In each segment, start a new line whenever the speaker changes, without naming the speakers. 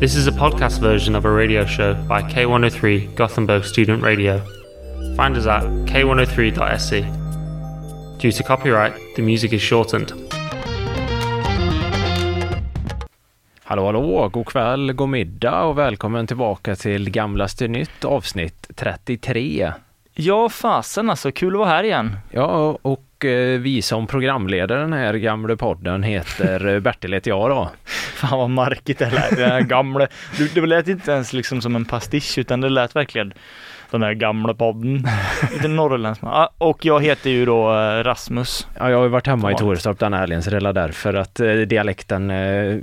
This is a podcast version of a radio show by K103 Gothenburg Student Radio. Find us at k103.se. E. Due to copyright, the music is shortened.
Hallå, hallå! God kväll, god middag och välkommen tillbaka till Gamlaste Nytt avsnitt 33.
Ja, fasen alltså, kul att vara här igen.
Ja, och eh, vi som programleder den här gamla podden heter eh, Bertil heter jag då.
Fan vad markigt det lät, den här gamla. Du, det lät inte ens liksom som en pastisch utan det lät verkligen den där gamla podden. Lite norrländsk. Ja, Och jag heter ju då eh, Rasmus.
Ja, jag har ju varit hemma i
Smart.
Torestorp den här helgen så det är därför att eh, dialekten, eh,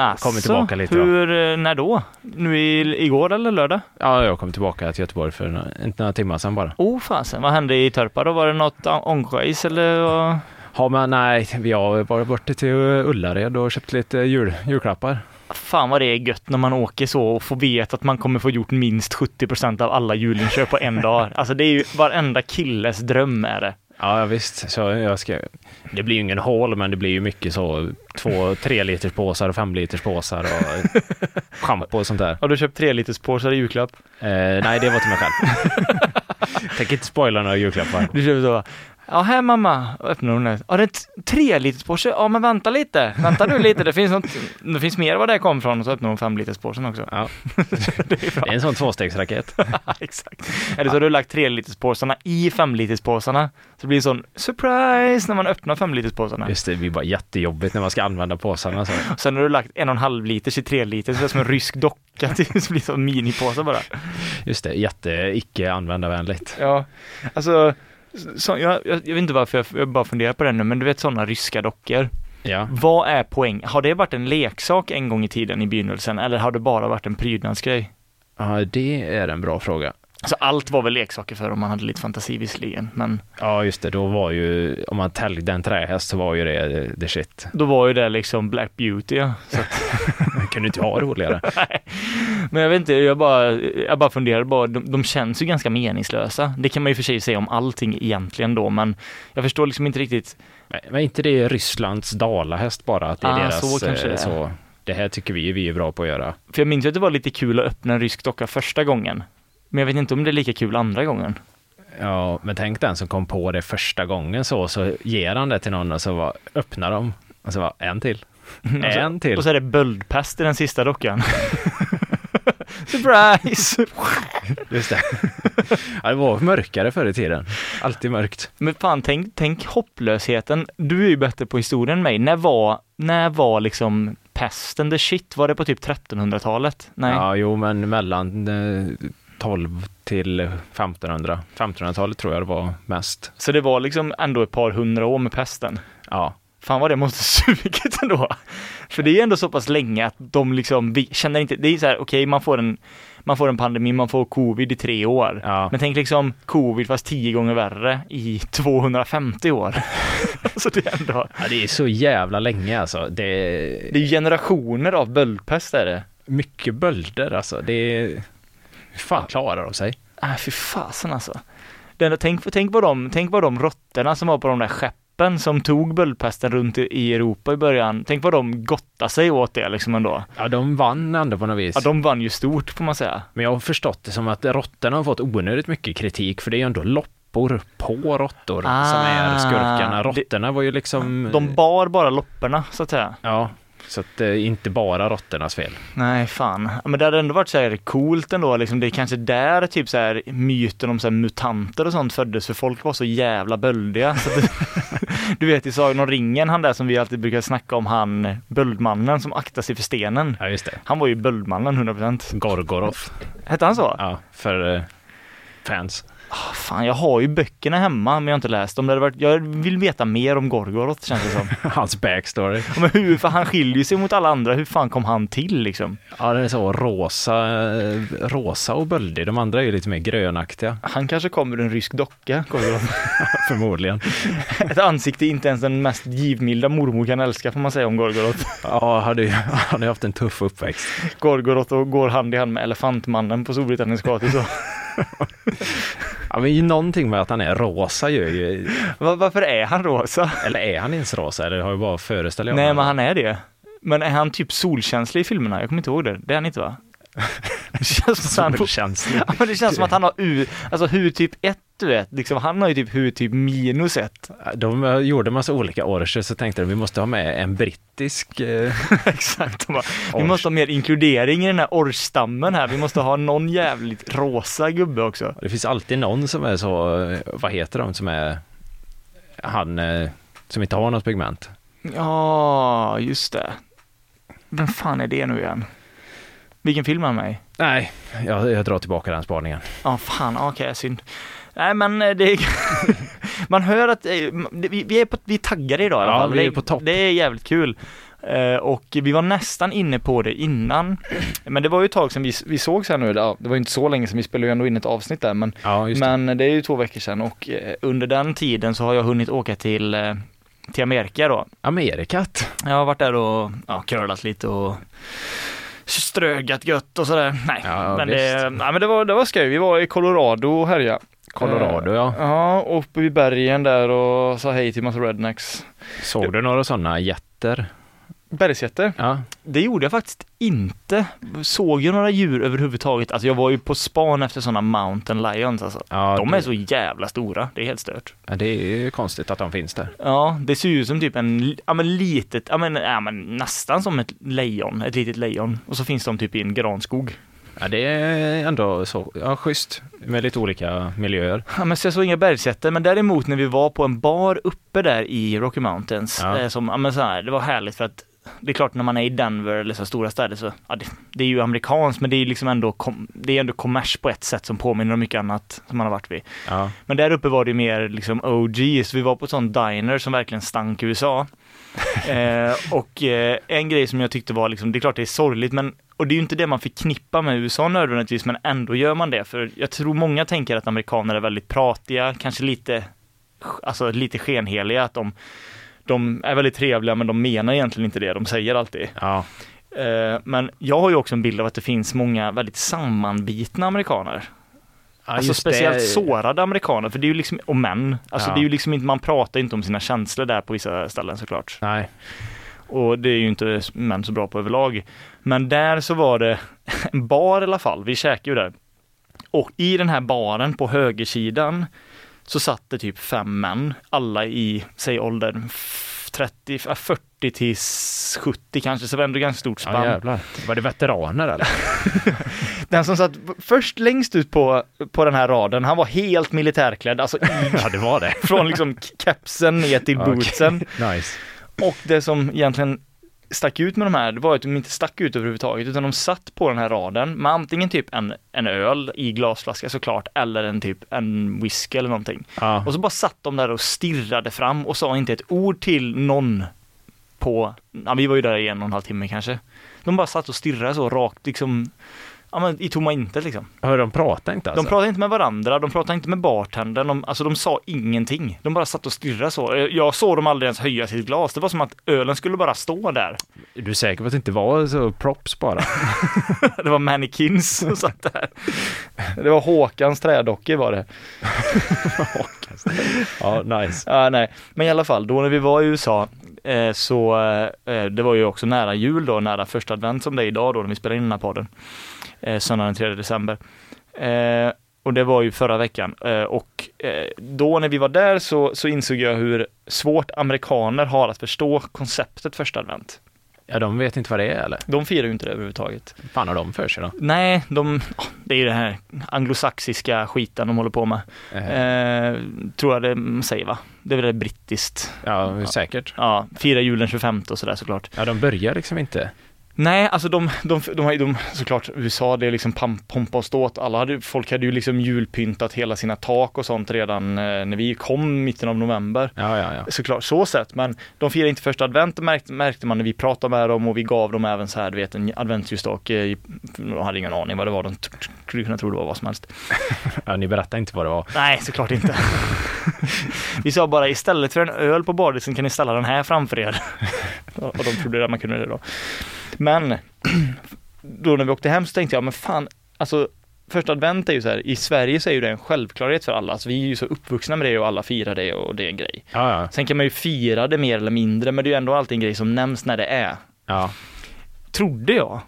Alltså,
Kommer tillbaka lite, va?
hur, eh, när då? Nu i, igår eller lördag?
ja, jag kom tillbaka till Göteborg för nå- inte några timmar sedan bara.
Oh fasen, vad hände i Törpa då? Var det något an- ångskejs eller? vad?
Ja, men nej, vi har varit borta till eh, Ullared och köpt lite jul, julklappar.
Fan vad det är gött när man åker så och får veta att man kommer få gjort minst 70% av alla julinköp på en dag. Alltså det är ju varenda killes dröm är det.
Ja ja, visst, så jag ska... Det blir ju ingen hål men det blir ju mycket så två, tre liters påsar och fem liters påsar och schampo och sånt där.
Har du köpt tre liters påsar i julklapp?
Eh, nej, det var till mig själv. Tänker inte spoila några julklappar.
Du köper så. Ja, här mamma. Och öppnar hon den. Ja, det är t- tre liters Porsche. Ja, men vänta lite. Vänta nu lite. Det finns, något, det finns mer var det kom från. Och så öppnar hon fem liters Porschen också.
Ja.
det är bra.
Det är en sån tvåstegsraket.
Ja, Exakt. Eller så har du lagt tre liters påsarna i fem liters påsarna. Så det blir en sån surprise när man öppnar fem liters påsarna.
Just det, det blir bara jättejobbigt när man ska använda påsarna. Så.
Sen har du lagt en och en halv liters i tre liters. Så det är som en rysk docka. Typ. Så blir det som minipåsar bara.
Just det, jätte icke användarvänligt.
Ja, alltså. Så, jag, jag, jag vet inte varför jag, jag bara funderar på det nu, men du vet sådana ryska dockor.
Ja.
Vad är poäng? Har det varit en leksak en gång i tiden i begynnelsen eller har det bara varit en prydnadsgrej?
ja, det är en bra fråga.
Alltså allt var väl leksaker för om man hade lite fantasi visserligen, men
Ja, just det, då var ju, om man täljde en trähäst så var ju det eh, the shit.
då var ju det liksom Black Beauty. Ja. Så att,
Man kunde inte ha roligare.
men jag vet inte, jag bara, jag bara funderar bara, de, de känns ju ganska meningslösa. Det kan man ju för sig säga om allting egentligen då, men jag förstår liksom inte riktigt.
Men- Men inte det är Rysslands dalahäst bara? Att det är
Ah,
deras,
så kanske
eh,
det är.
Så, det här tycker vi vi är bra på att göra.
För jag minns ju att det var lite kul att öppna en rysk docka första gången, men jag vet inte om det är lika kul andra gången.
Ja, men tänk den som kom på det första gången så, så ger han det till någon och så bara, öppnar de. Och så bara, en till. En till.
Och så är det böldpest i den sista dockan. Surprise!
Just det. ja, det var mörkare förr i tiden. Alltid mörkt.
Men fan, tänk, tänk hopplösheten. Du är ju bättre på historien än mig. När var, när var liksom pesten the shit? Var det på typ 1300-talet? Nej.
Ja, jo, men mellan eh, 12 till 1500. 1500-talet tror jag det var mest.
Så det var liksom ändå ett par hundra år med pesten.
Ja,
Fan vad det måste sugit ändå. För det är ju ändå så pass länge att de liksom, vi känner inte, det är så här, okej man får en, man får en pandemi, man får covid i tre år.
ja.
Men tänk liksom covid fast tio gånger värre i 250 år. så det är ändå,
ja, det är så jävla länge alltså. Det,
det är generationer av böldpest är det.
mycket bölder alltså. Det är... Hur fan klarar de sig?
Nej, Äh, fy fasen alltså. Det enda, tänk, tänk på de, tänk på de råttorna som var på de där skeppen som tog böldpesten runt i- i Europa i början. Tänk vad de gottade sig åt det liksom ändå.
Ja, de vann ändå på något vis.
Ja, de vann ju stort får man säga.
Men jag har förstått det som att råttorna har fått onödigt mycket kritik för det är ju ändå loppor på råttor som är
Ah,
skurkarna.
det-
Råttorna var ju liksom...
De bar bara lopporna så att säga.
Ja, så att det är inte bara råttornas fel.
Nej, fan. Ja, Men det hade ändå varit så här coolt ändå liksom. Det är kanske där typ så här myten om så här mutanter och sånt föddes för folk var så jävla böldiga. Så att det, du vet i Sagan om ringen, han där som vi alltid brukar snacka om, han böldmannen som aktar sig för stenen.
Ja, just det.
Han var ju böldmannen 100%.
Gorgoroth.
Hette han så?
Ja, för eh, fans.
Ah, fan, jag har ju böckerna hemma men jag har inte läst dem. Det hade varit, jag vill veta mer om Gorgoroth känns det som.
Hans backstory.
Men hur, för han skiljer ju sig mot alla andra. Hur fan kom han till liksom?
Ja, den är så rosa, eh, rosa och böldig. De andra är ju lite mer grönaktiga,
Han kanske kommer ur en rysk docka, Gorgoroth.
förmodligen.
Ett ansikte inte ens den mest givmilda mormor kan älska får man säga om Gorgoroth.
Ja, hade ju hade ju haft en tuff uppväxt.
Gorgoroth och går hand i hand med Elefantmannen på Storbritanniens gator. så.
Ja, men ju någonting med att han är rosa gör ju,
Va- Varför är han rosa?
eller är han ens rosa eller har ju bara föreställt
Nej men han är det. Men är han typ solkänslig i filmerna? Jag kommer inte ihåg det. Det är han inte va? Det känns som att han,
Superkänslig.
ja, men det känns som att han har U, alltså hudtyp 1 du vet. Liksom, han har ju typ hudtyp minus 1.
De eh, gjorde massa olika orcher så tänkte de vi måste ha med en brittisk. eh,
Exakt. De bara, vi måste ha mer inkludering i den här orrstammen här. Vi måste ha någon jävligt rosa gubbe också.
Det finns alltid någon som är så, eh, vad heter de som är han eh, som inte har något pigment.
Ja, just det. Vem fan är det nu igen? Vilken film är han med i?
Nej, jag, jag drar tillbaka den spaningen.
Ja, fan, okej, synd. Nej, men eh, det... Man hör att eh, det- vi vi är, på, vi är taggade idag i alla
Ja,
fall.
vi är
Det-
på topp.
Det är jävligt kul. Eh, Och vi var nästan inne på det innan. Men det var ju ett tag sedan vi, vi sågs här nu. Ja, Det var ju inte så länge sedan, vi spelade ju ändå in ett avsnitt där. Men,
Ja, just det.
men det är ju två veckor sedan och eh, under den tiden så har jag hunnit åka till, eh, till Amerika då.
Amerikat.
Jag har varit där och ja, curlat lite och strögat gött och sådär. Nej,
Ja,
men,
visst.
det, nej, men det, var, det var skoj. Vi var i Colorado och härjade. Eh,
Colorado ja.
Ja, uppe i bergen där och sa hej till massa rednecks.
Såg du några sådana jätter?
Bergsjätte?
Ja.
Det gjorde jag faktiskt inte. Såg jag några djur överhuvudtaget? Alltså jag var ju på span efter sådana mountain lions alltså.
ja
De är
det-
så jävla stora, det är helt stört.
ja, Det är ju konstigt att de finns där.
Ja, det ser ju ut som typ en, ja men litet, ja men, ja, men nästan som ett lejon, ett litet lejon. Och så finns de typ i en granskog.
Ja, det är ändå så, ja, schysst med lite olika miljöer.
Ja, men så jag såg inga bergsätter, men däremot när vi var på en bar uppe där i Rocky Mountains,
Ja.
eh, som, ja, men så här, det var härligt för att det är klart när man är i Denver eller så här stora städer så, ja, det, det är ju amerikanskt men det är ju liksom ändå, kom, det är ändå kommers på ett sätt som påminner om mycket annat som man har varit vid.
Ja,
Men där uppe var det ju mer liksom OGs, vi var på ett sånt diner som verkligen stank USA. eh, och eh, en grej som jag tyckte var liksom, det är klart det är sorgligt men och det är ju inte det man förknippar med USA nödvändigtvis men ändå gör man det för jag tror många tänker att amerikaner är väldigt pratiga, kanske lite, alltså lite skenheliga att de de är väldigt trevliga men de menar egentligen inte det de säger alltid.
ja,
Eh, Men jag har ju också en bild av att det finns många väldigt sammanbitna amerikaner. Alltså
just
speciellt
det.
sårade amerikaner, för det är ju liksom, och män. Alltså
Ja.
det är ju liksom inte, man pratar inte om sina känslor där på vissa ställen såklart.
Nej,
Och det är ju inte män så bra på överlag. Men där så var det en bar i alla fall, vi käkade ju där. Och i den här baren på högersidan så satt det typ fem män, alla i, säg åldern f- 30, äh, 40 till 70 kanske, så det var ändå ganska stort
ja,
spann.
jävlar. Var det veteraner eller?
Den som satt först längst ut på, på den här raden, han var helt militärklädd, alltså i
ja, det var det.
från liksom k- kepsen ner till
Okej.
bootsen.
Nice.
Och det som egentligen stack ut med de här, det var att de inte stack ut överhuvudtaget, utan de satt på den här raden med antingen typ en, en öl i glasflaska såklart, eller en typ en whisky eller någonting.
Ja.
Och så bara satt de där och stirrade fram och sa inte ett ord till någon på, ja, vi var ju där i en och en halv timme kanske. De bara satt och stirrade så rakt liksom, ja men i tomma intet liksom.
Hör de pratar inte
De
alltså?
pratade inte med varandra, de pratade inte med bartendern, de, alltså de sa ingenting. De bara satt och stirrade så. Eh, Jag såg dem aldrig ens höja sitt glas, det var som att ölen skulle bara stå där.
Är du säker på att det inte var så props bara?
Det var mannequins som satt där. Det var Håkans trädockor var det.
ja, nice.
Ja, nej. Men i alla fall, då när vi var i USA eh, så, eh, det var ju också nära jul då, nära första advent som det är idag då när vi spelar in den här podden. Eh, söndagen den 3 december. Eh, och det var ju förra veckan. Eh, och eh, då när vi var där så, så insåg jag hur svårt amerikaner har att förstå konceptet första advent.
Ja, de vet inte vad det är eller?
De firar ju inte det överhuvudtaget.
Vad fan har de för sig då?
Nej, de, åh, det är ju den här anglosaxiska skiten de håller på med.
Eh,
Eh, tror jag det säger va? Det är väl det brittiskt.
ja, säkert.
Ja, fira julen 25 och sådär såklart.
Ja, de börjar liksom inte.
Nej, alltså de, de, de har ju, de, såklart USA, det är liksom pam- pompa och ståt. Alla hade, folk hade ju liksom julpyntat hela sina tak och sånt redan eh, när vi kom mitten av november.
Ja, ja, ja.
Såklart, så sett, men de firar inte första advent märkte, märkte man när vi pratade med dem och vi gav dem även så här, du vet en adventsljusstake. i- De hade ingen aning vad det var, de t- t- skulle kunna tro det var vad som helst.
ja ni berättar inte vad det var.
Nej, såklart inte. Vi sa bara istället för en öl på bardisken kan ni ställa den här framför er. Och de trodde att man kunde det då. Men då när vi åkte hem så tänkte jag, men fan, alltså första advent är ju så här, i Sverige så är ju det en självklarhet för alla. Alltså, vi är ju så uppvuxna med det och alla firar det och det är en grej.
Ja, ja.
Sen kan man ju fira det mer eller mindre, men det är ju ändå alltid en grej som nämns när det är.
Ja,
Trodde jag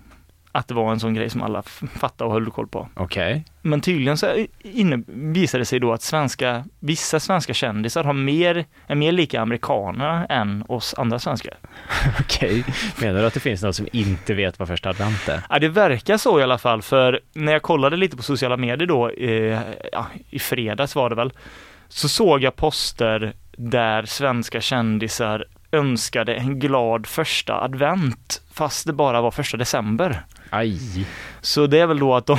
att det var en sån grej som alla f- fattade och höll koll på.
okej.
Men tydligen så i- inne, visade det sig då att svenska, vissa svenska kändisar har mer, är mer lika amerikaner än oss andra svenskar.
Okej. Menar du att det finns någon som inte vet vad första advent är?
Ja, det verkar så i alla fall, för när jag kollade lite på sociala medier då, eh, ja, i fredags var det väl, så såg jag poster där svenska kändisar önskade en glad första advent, fast det bara var första december.
Aj.
Så det är väl då att de,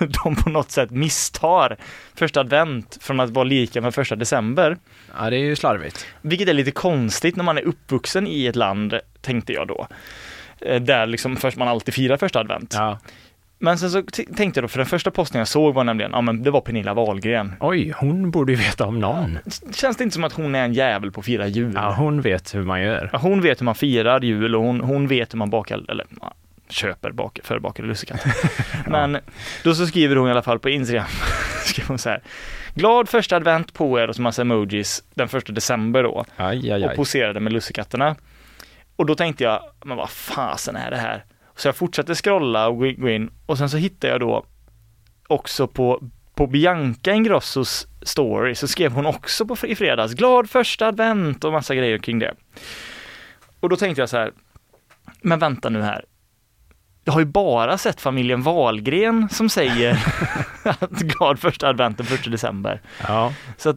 de på något sätt misstar första advent från att vara lika med första december.
Ja, det är ju slarvigt.
Vilket är lite konstigt när man är uppvuxen i ett land, tänkte jag då. Eh, Där liksom först man alltid firar första advent.
Ja.
Men sen så t- tänkte jag då, för den första posten jag såg var nämligen, ja men det var Pernilla Wahlgren.
Oj, hon borde ju veta om någon.
S- Känns det inte som att hon är en jävel på att fira jul?
Ja, hon vet hur man gör.
Ja, Hon vet hur man firar jul och hon, hon vet hur man bakar, eller ja, köper bak, förbakade lussekatter. Men då så skriver hon i alla fall på Instagram, skriver hon så här, glad första advent på er och så massa emojis den första december då.
Aj, aj,
och poserade med lussekatterna. Och då tänkte jag, men vad fasen är det här? Så jag fortsatte scrolla och gå in- gå in och sen så hittade jag då också på, på Bianca Ingrossos story så skrev hon också på, fr- i fredags, glad första advent och massa grejer kring det. Och då tänkte jag så här, men vänta nu här. Jag har ju bara sett familjen Wahlgren som säger att glad första advent den första december.
Ja.
Så att,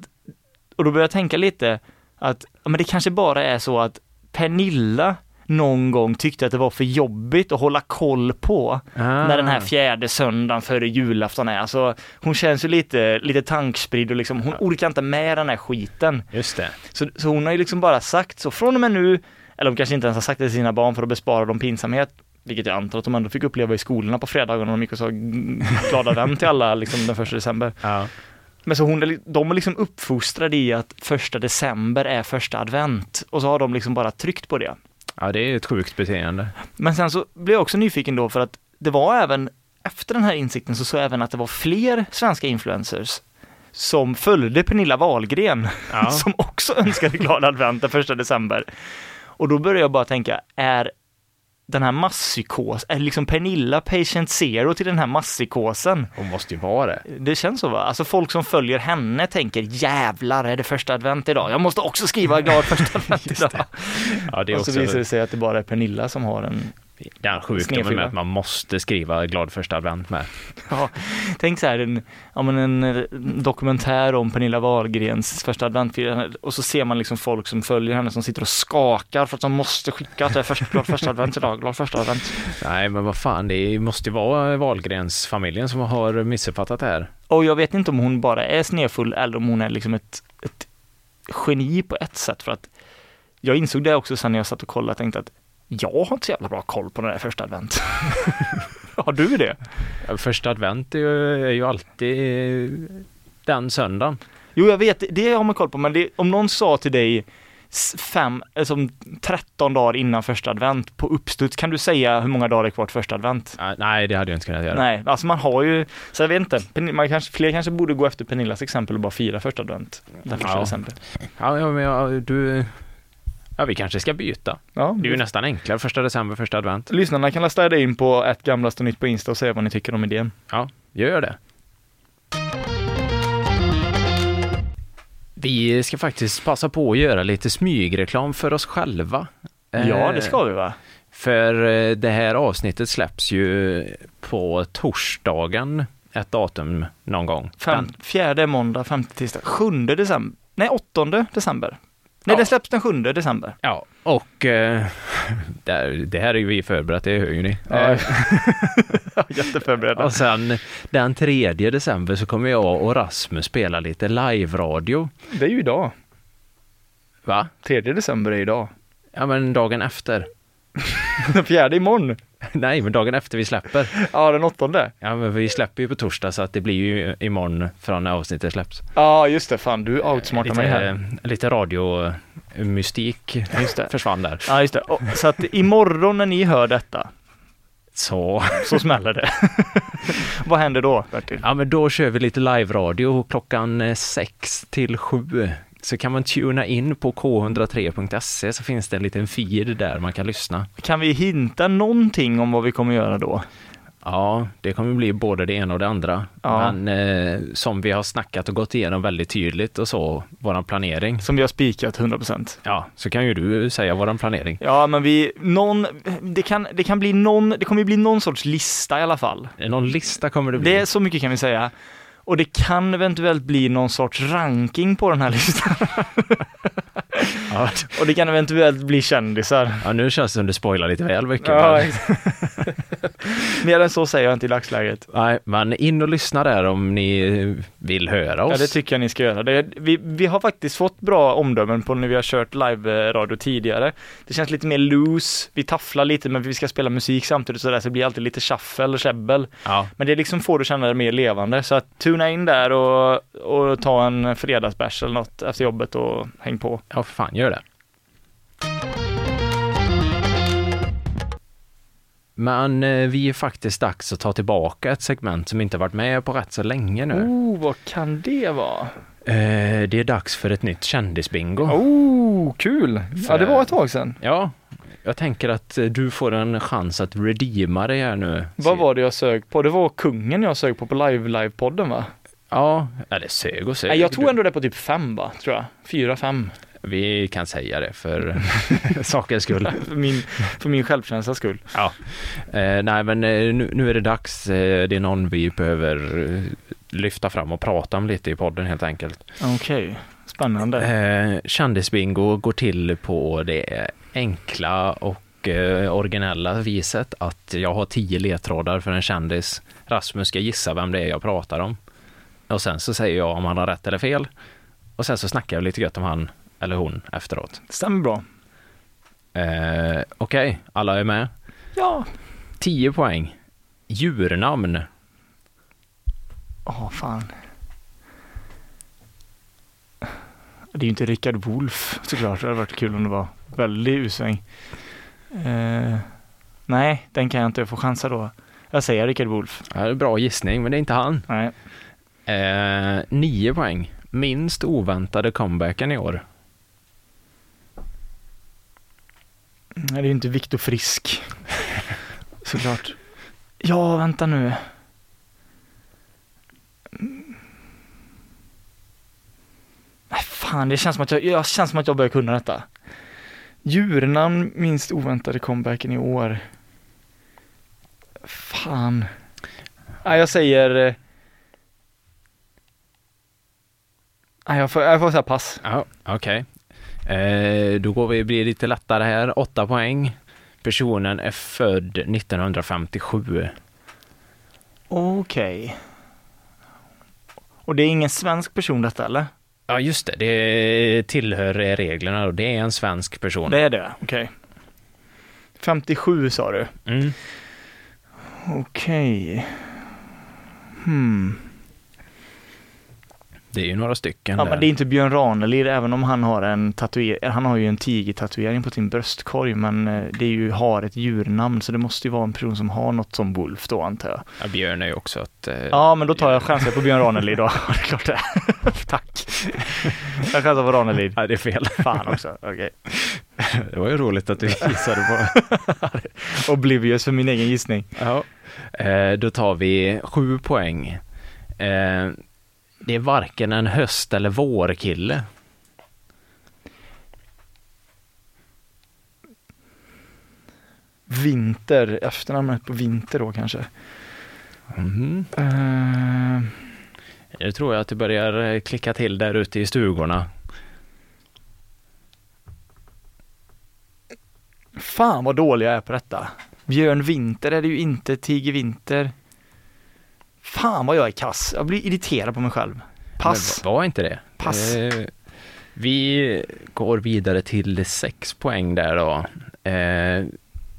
och då började jag tänka lite att, ja, men det kanske bara är så att Pernilla någon gång tyckte att det var för jobbigt att hålla koll på
Ah,
när den här fjärde söndagen före julafton är. Alltså, hon känns ju lite, lite tankspridd och liksom, hon orkar inte med den här skiten.
Just det.
Så, så hon har ju liksom bara sagt så från och med nu, eller hon kanske inte ens har sagt det till sina barn för att bespara dem pinsamhet, vilket jag antar att de ändå fick uppleva i skolorna på fredagen när de gick och sa glada advent till alla liksom den första december.
Ja.
Men så hon, är li- de är liksom uppfostrade i att första december är första advent och så har de liksom bara tryckt på det.
ja, det är ju ett sjukt beteende.
Men sen så blev jag också nyfiken då för att det var även, efter den här insikten så såg jag även att det var fler svenska influencers som följde Pernilla Wahlgren
Ja.
som också önskade glad advent den första december. Och då började jag bara tänka, är den här masspsykos, är liksom Pernilla patient zero till den här masspsykosen?
Hon måste ju vara det.
Det känns så va? Alltså folk som följer henne tänker jävlar är det första advent idag? Jag måste också skriva glad första advent idag.
Ja, det är
Och
också
så visar Alltså, det sig att det bara är Pernilla som har en...
den sjukdomen
Snedfylla.
med att man måste skriva glad första advent med.
Ja, tänk så här en, ja, men en eh, dokumentär om Pernilla Wahlgrens första adventfirande och så ser man liksom folk som följer henne som sitter och skakar för att de måste skicka att det är första, glad första advent idag, glad första advent.
Nej, men vad fan, det måste ju vara Wahlgrens familjen som har missuppfattat det här.
Och jag vet inte om hon bara är snefull eller om hon är liksom ett, ett geni på ett sätt för att jag insåg det också sen när jag satt och kollade och tänkte att jag har inte så jävla bra koll på den här första advent. har du det?
Första advent är ju, är ju alltid eh, den söndagen.
Jo, jag vet, det har man koll på, men det, om någon sa till dig s- fem, alltså om 13 dagar innan första advent på uppstuds, kan du säga hur många dagar det är kvar till första advent?
Ah, Nej, det hade jag inte kunnat göra.
Nej, alltså man har ju, så jag vet inte, Pern- man kanske, fler kanske borde gå efter Pernillas exempel och bara fira första advent den första
Ja.
december.
Ja, ja, men jag, du... Ja, vi kanske ska byta.
Ja,
Det är ju nästan enklare första december, första advent.
Lyssnarna kan lasta er in på ett gamlaste nytt på Insta och säga vad ni tycker om idén.
Ja, gör det. Vi ska faktiskt passa på att göra lite smygreklam för oss själva.
Ja, det
Eh,
ska vi va?
För eh, det här avsnittet släpps ju på torsdagen, ett datum någon gång.
Fem,
Den-
fjärde måndag, femte tisdag, sjunde december. Nej, åttonde december. Nej,
Ja.
det släpps den sjunde december.
Ja, och eh, det här- det här är ju vi förberett, det hör ju ni. Eh,
Jätteförberedda.
Och sen den 3 december så kommer jag och Rasmus spela lite live-radio.
det är ju idag.
Va?
Tredje december är idag.
Ja, men dagen efter.
Den fjärde imorgon.
Nej, men dagen efter vi släpper.
Ja, den åttonde.
Ja, men vi släpper ju på torsdag så att det blir ju imorgon från när avsnittet släpps.
Ja, just det. Fan, du outsmartar mig här.
Lite, eh, lite radiomystik
Just det.
försvann där.
Ja, just det. Och, så att imorgon när ni hör detta,
Så,
så smäller det. Vad händer då, Bertil?
ja men då kör vi lite live-radio klockan eh, sex till sju så kan man tuna in på k103.se så finns det en liten feed där man kan lyssna.
Kan vi hinta någonting om vad vi kommer göra då?
Ja, det kommer bli både det ena och det andra.
Ja.
Men eh, som vi har snackat och gått igenom väldigt tydligt och så, våran planering.
Som vi har spikat 100%.
Ja, så kan ju du säga våran planering.
Ja, men vi, någon, det kan, det kan bli någon, det kommer bli någon sorts lista i alla fall.
Någon lista kommer det bli.
Det är så mycket kan vi säga. Och det kan eventuellt bli någon sorts ranking på den här listan.
Ja,
Och det kan eventuellt bli kändisar.
ja, nu känns det som du spoilar lite väl mycket.
Ja,
men,
Mer än så säger jag inte i dagsläget.
nej, men in och lyssna där om ni vill höra
Ja,
oss.
det tycker jag ni ska göra. Det, vi, vi har faktiskt fått bra omdömen på när vi har kört live-radio tidigare. Det känns lite mer loose, vi tafflar lite men vi ska spela musik samtidigt så, där, så det blir alltid lite shuffle och käbbel.
ja,
Men det liksom får du känna det mer levande. Så att tuna in där och, och ta en fredagsbärs eller något efter jobbet och häng på.
ja, för fan, gör det. Men eh, vi är faktiskt dags att ta tillbaka ett segment som inte har varit med på rätt så länge nu.
Oh, vad kan det vara?
Eh, det är dags för ett nytt kändisbingo.
Oh, kul! Ja, det var ett tag sedan.
Ja, jag tänker att eh, du får en chans att redeema dig här nu.
Vad var det jag sög på? Det var kungen jag sög på på live-live-podden va?
Ja, eller sög och sög.
Nej, jag tror ändå det på typ fem va, tror jag. Fyra, fem.
Vi kan säga det för sakens skull.
För min, för min självkänslas skull.
Ja. Eh, nej, men eh, nu, nu är det dags. Eh, det är någon vi behöver eh, lyfta fram och prata om lite i podden helt enkelt.
Okej, spännande.
Eh, kändisbingo går till på det enkla och eh, originella viset att jag har tio ledtrådar för en kändis. Rasmus ska gissa vem det är jag pratar om. Och sen så säger jag om han har rätt eller fel. Och sen så snackar jag lite gött om han eller hon efteråt.
Stämmer bra.
Eh, Okej, alla är med.
Ja.
10 poäng. Djurnamn.
Åh, fan. Det är ju inte Rickard Wolff såklart. Det hade varit kul om det var väldigt usväng. Eh, nej, den kan jag inte få chansa då. Jag säger Rickard Wolff.
Ja, det är bra gissning, men det är inte han.
Nej.
Eh, 9 poäng. Minst oväntade comebacken i år.
Nej, det är ju inte Viktor Frisk. Såklart. Ja, vänta nu. Mm. Nej, fan, det känns som att jag, jag känns som att jag börjar kunna detta. Djurnamn, minst oväntade comebacken i år. Fan. Nej, jag säger... eh, Nej, jag får, jag får säga pass.
Ja, okej. Eh, då går vi, blir det lite lättare här. 8 poäng. Personen är född 1957.
Okej. Och det är ingen svensk person detta eller?
Ja, just det. Det tillhör eh, reglerna då. Det är en svensk person.
Det är det, okej. 57 sa du.
Mm.
Okej. Hmm.
Det är ju några stycken
Ja,
där.
men det är inte Björn Ranelid, även om han har en tatuering, han har ju en tigertatuering på sin bröstkorg, men eh, det är ju, har ett djurnamn, så det måste ju vara en person som har något som Wolf då, antar jag.
ja, Björn är ju också ett... Eh,
Ja, men då tar jag chansen på Björn Ranelid då. det är klart det är. Tack. Jag chansar på Ranelid.
Nej, det är fel.
Fan också, okej.
Det var ju roligt att du gissade på.
Oblivious för min egen gissning.
ja. eh, då tar vi 7 poäng. Eh, det är varken en höst eller vårkille.
Vinter, efternamnet på Vinter då kanske.
Mhm.
Eh,
Nu tror jag att det börjar eh, klicka till där ute i stugorna.
Fan vad dålig jag är på detta. Björn Winter är det ju inte, Tiger Winter. Fan vad jag är kass. Jag blir irriterad på mig själv. Pass.
Men var var inte det.
Pass.
Eh, vi går vidare till sex poäng där då. Eh,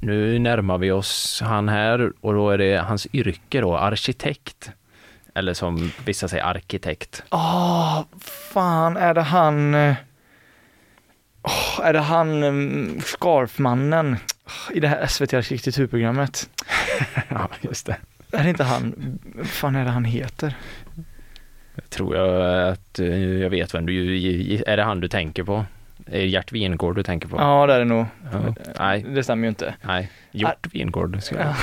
nu närmar vi oss han här och då är det hans yrke då, arkitekt. Eller som vissa säger, arkitekt.
Åh, fan är det han... eh, åh, är det han um, Scarfmannen Åh, i det här SVT arkitekturprogrammet?
ja, just det.
Är det inte han? Vad fan är det han heter?
Jag tror jag att eh, jag vet vem du... Är det han du tänker på? Är det Gert Wingårdh du tänker på?
Ja, det är det nog.
Ja. Nej,
Det stämmer ju inte.
nej. Hjort Wingårdh ska jag...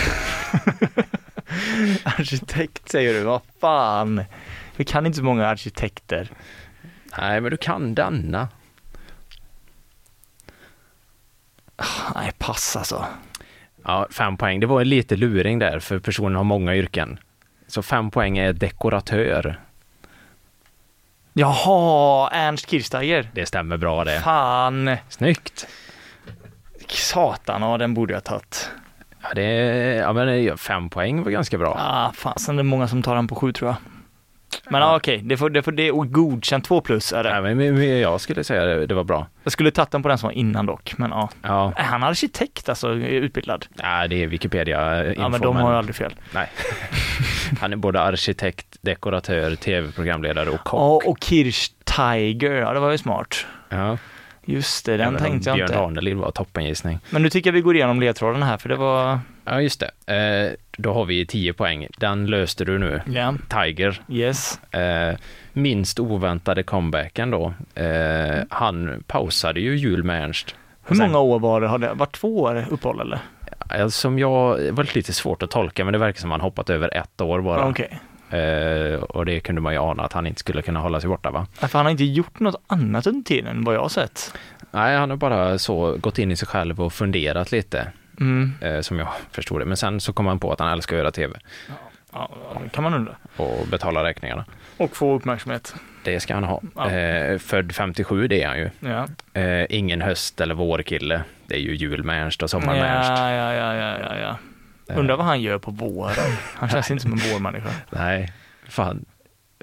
Arkitekt säger du, vad fan. Vi kan inte så många arkitekter.
Nej, men du kan denna.
Nej, pass alltså.
Ja, fem poäng. Det var en lite luring där, för personen har många yrken. Så fem poäng är dekoratör.
Jaha, Ernst Kirchsteiger.
Det stämmer bra det.
Fan,
Snyggt!
satan, ja den borde jag tagit.
Ja, det, ja, men fem poäng var ganska bra.
Ah, fan, sen är det många som tar den på sju tror jag. Men ja. ah, okej, det får, det får, det är godkänt två plus är det.
Ja, men, men jag skulle säga det, det var bra.
Jag skulle tagit den på den som var innan dock, men ja.
Ja,
Är han arkitekt alltså, är utbildad?
ja det är Wikipedia-info.
Ja men de har ju aldrig fel.
Nej. Han är både arkitekt, dekoratör, tv-programledare och kock.
Ja, och Kirchsteiger, ja det var ju smart.
Ja.
Just det, den
Även om
tänkte jag
Björn
inte.
Ranelid var toppengissning.
Men nu tycker jag vi går igenom ledtrådarna här för det var...
Ja, just det. Eh, då har vi 10 poäng. Den löste du nu.
Ja.
Tiger.
Yes.
Eh, minst oväntade comebacken då. Eh, han pausade ju jul med Ernst.
Hur
Sen-
många år var det? Har det varit två år uppehåll eller?
Eh, Som jag, det var lite svårt att tolka, men det verkar som han hoppat över ett år bara.
Okej.
Eh, och det kunde man ju ana att han inte skulle kunna hålla sig borta va?
Ja, För han har inte gjort något annat under tiden vad jag har sett.
Nej, han har bara så gått in i sig själv och funderat lite.
Mm.
eh, som jag förstod det. Men sen så kom han på att han älskar att göra tv
Ja, det kan man undra.
och betala räkningarna.
Och få uppmärksamhet.
Det ska han ha.
Ja.
Eh, född 57, det är han ju.
Ja.
Eh, ingen höst eller vårkille. Det är ju jul med Ernst och sommar
Ja,
med Ernst.
ja, ja, ja, ja, ja.
Eh,
Undrar vad han gör på våren. Han känns inte som en vårmänniska.
Nej, fan.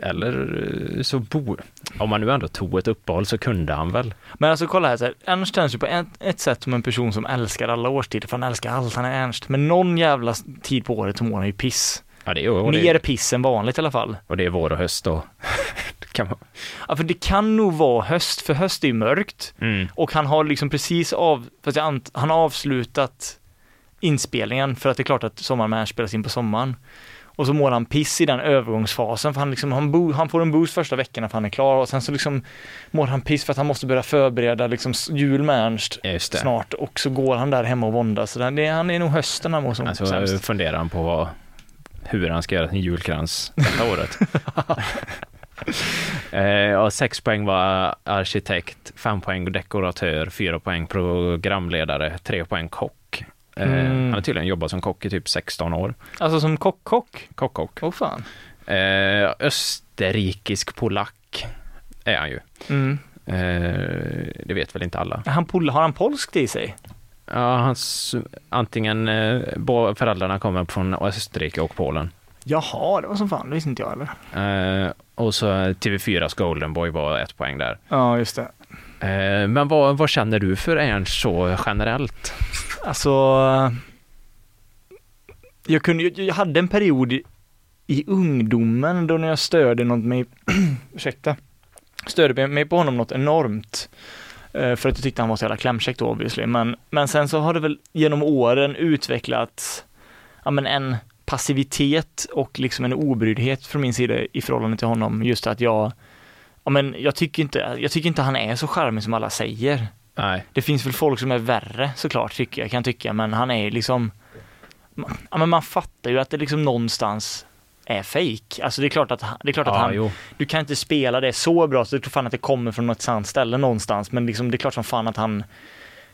Eller eh, så bo... Om man nu ändå tog ett uppehåll så kunde han väl?
Men alltså kolla här, så här Ernst känns ju på ett, ett sätt som en person som älskar alla årstider, för han älskar allt, han är Ernst. Men någon jävla s- tid på året så mår han ju piss.
Ja, det är, och,
Mer
det,
piss än vanligt i alla fall.
och det är vår och höst då. Det kan man...
Ja, för det kan nog vara höst, för höst är ju mörkt.
mm.
Och han har liksom precis av, fast jag ant, han har avslutat inspelningen, för att det är klart att Sommar med Ernst spelas in på sommaren. Och så mår han piss i den övergångsfasen, för han, liksom, han, bo, han får en boost första veckorna för han är klar och sen så liksom mår han piss för att han måste börja förbereda liksom s- jul med Ernst.
Ja, Just det.
snart och så går han där hemma och våndas. Så den- det, han är nog hösten han mår som
alltså,
sämst.
funderar han på vad, hur han ska göra sin julkrans detta året. eh, ja, sex poäng var arkitekt, fem poäng dekoratör, fyra poäng programledare, tre poäng kock. Eh,
Mm.
Han har tydligen jobbat som kock i typ 16 år.
Alltså som kock-kock.
Kock-kock.
Åh fan.
Eh, österrikisk polack är han ju.
Mm.
Eh, det vet väl inte alla.
Han pol- har han polskt i sig?
Ja, hans, antingen eh, bo- föräldrarna kommer från Österrike och Polen.
Jaha, det var som fan, det visste inte jag eller?
Eh, och så TV4s Golden Boy var ett poäng där.
Ja, just det.
Eh, men vad, vad känner du för Ernst så generellt?
Alltså, jag, kunde, jag, jag hade en period i, i ungdomen då när jag störde något mig, ursäkta, störde mig på honom något enormt. Eh, För att jag tyckte han var så jävla klämkäck då obviously. Men, men sen så har det väl genom åren utvecklats, ja men en passivitet och liksom en obryddhet från min sida i förhållande till honom. Just att jag, ja men jag tycker inte, jag tycker inte han är så charmig som alla säger.
Nej.
Det finns väl folk som är värre såklart, tycker jag, kan jag tycka, men han är liksom... Man, ja, men man fattar ju att det liksom någonstans är fake. Alltså det är klart att, han- det är klart att
Ja,
han,
jo.
du kan inte spela det så bra så du tror fan att det kommer från något sant ställe någonstans, men liksom det är klart som fan att han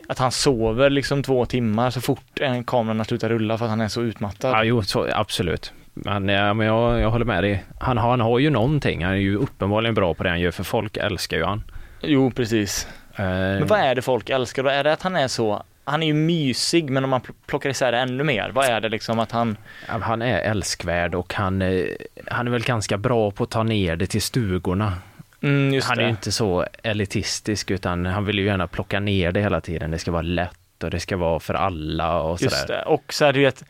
att han sover liksom två timmar så fort en kameran har slutat rulla för att han är så utmattad.
Ja, jo, så, absolut. Men, ja, men jag, jag håller med dig. Han, har- han har ju någonting. Han är ju uppenbarligen bra på det han gör, för folk älskar ju han.
Jo, precis.
Eh,
Men vad är det folk älskar då? Är det att han är så, han är ju mysig, men om man pl- plockar isär det ännu mer, vad är det liksom att han
Ja, Han är älskvärd och han, eh, han är väl ganska bra på att ta ner det till stugorna.
Mm, just
han är
det.
ju inte så elitistisk utan han vill ju gärna plocka ner det hela tiden. Det ska vara lätt och det ska vara för alla och
Just
sådär.
det. Och så här, du vet,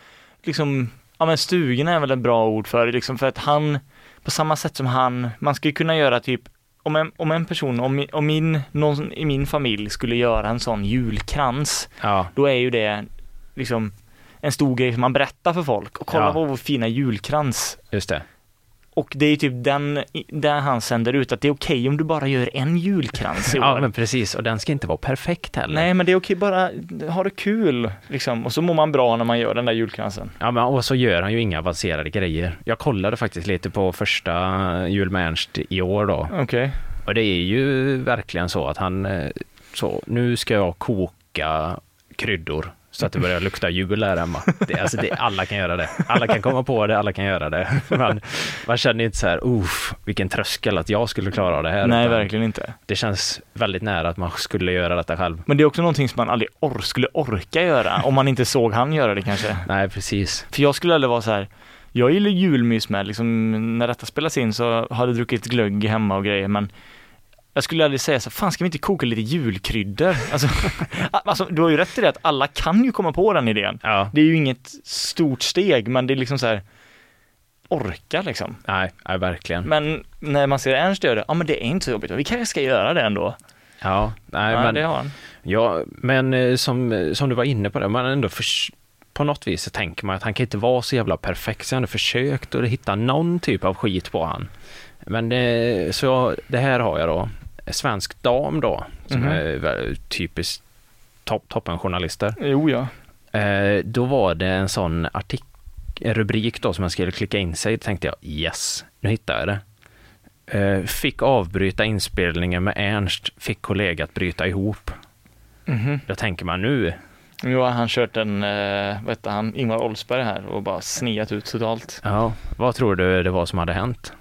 liksom, ja men stugorna är väl ett bra ord för det, liksom, för att han, på samma sätt som han, man skulle kunna göra typ, om en, om en person, om, mi- om min, någon i min familj skulle göra en sån julkrans,
Ja,
då är ju det liksom en stor grej som man berättar för folk och kolla
Ja.
på vår fina julkrans.
just det.
Och det är typ den, den han sänder ut, att det är okej om du bara gör en julkrans i år.
Ja, men precis. Och den ska inte vara perfekt heller.
Nej, men det är okej, bara ha det kul liksom. Och så mår man bra när man gör den där julkransen.
Ja, men, och så gör han ju inga avancerade grejer. Jag kollade faktiskt lite på första Jul med Ernst i år då.
Okej.
Och det är ju verkligen så att han, eh, så nu ska jag koka kryddor så att det börjar lukta jul här hemma. Det, alltså det, alla kan göra det. Alla kan komma på det, alla kan göra det. Man, man känner ju inte så här, uff, vilken tröskel att jag skulle klara av det här.
Nej,
Utan
verkligen inte.
Det känns väldigt nära att man skulle göra detta själv.
Men det är också någonting som man aldrig or- skulle orka göra, om man inte såg han göra det kanske.
Nej, precis.
För jag skulle aldrig vara så här. jag gillar julmys med liksom, när detta spelas in så har jag druckit glögg hemma och grejer men jag skulle aldrig säga så här, fan ska vi inte koka lite julkryddor? Alltså, alltså, du har ju rätt i det att alla kan ju komma på den idén.
Ja,
Det är ju inget stort steg men det är liksom så här orka liksom.
nej, nej verkligen.
Men när man ser Ernst göra det, ja men det är inte så jobbigt, vi kanske ska göra det ändå.
Ja, nej,
ja,
men,
det har han.
ja, men eh, som, eh, som du var inne på det, man ändå förs- på något vis så tänker man att han kan inte vara så jävla perfekt, så jag har ändå försökt att hitta någon typ av skit på han. Men eh, så jag, det här har jag då, Svensk Dam då, som
Mhm.
är väl typiskt topp, toppenjournalister.
Jo ja.
Eh, då var det en sån artik- en rubrik då som jag skulle klicka in sig i. Då tänkte jag yes, nu hittar jag det. Eh, fick avbryta inspelningen med Ernst, fick kollega att bryta ihop.
Mhm.
Då tänker man nu,
Nu har han kört en, eh, vad heter han, Ingvar Oldsberg här och bara sneat ut totalt.
ja, vad tror du det var som hade hänt?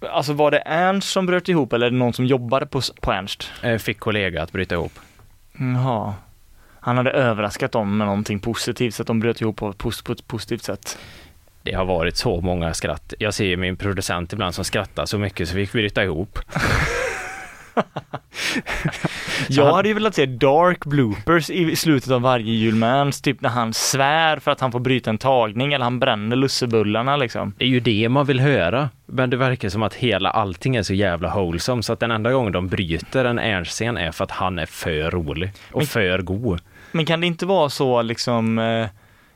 Alltså var det Ernst som bröt ihop eller är det någon som jobbade på, på Ernst?
Eh, fick kollega att bryta ihop.
Jaha. Han hade överraskat dem med någonting positivt så att de bröt ihop på ett pos- på ett positivt sätt.
Det har varit så många skratt. Jag ser ju min producent ibland som skrattar så mycket så vi fick bryta ihop.
Jag
han-
hade ju velat se dark bloopers i slutet av varje jul med Ernst, typ när han svär för att han får bryta en tagning eller han bränner lussebullarna liksom.
Det är ju det man vill höra. Men det verkar som att hela allting är så jävla wholesome så att den enda gången de bryter en Ernst-scen är för att han är för rolig och
Men-
för god.
Men kan det inte vara så liksom, eh,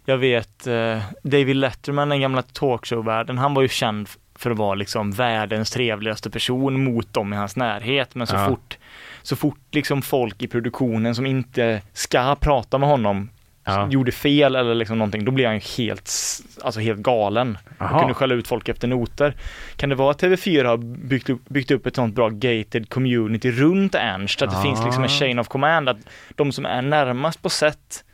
jag vet eh, David Letterman, den gamla talkshow-världen, han var ju känd f- för att vara liksom världens trevligaste person mot dem i hans närhet, men så
Ja.
fort så fort liksom folk i produktionen som inte ska prata med honom
Ja.
gjorde fel eller liksom någonting, då blev han ju helt, s- alltså helt galen. Och
Aha.
kunde skälla ut folk efter noter. Kan det vara att TV4 har byggt upp, byggt upp ett sånt bra gated community runt Ernst? Att det
Ah.
finns liksom en chain of command, att de som är närmast på sätt,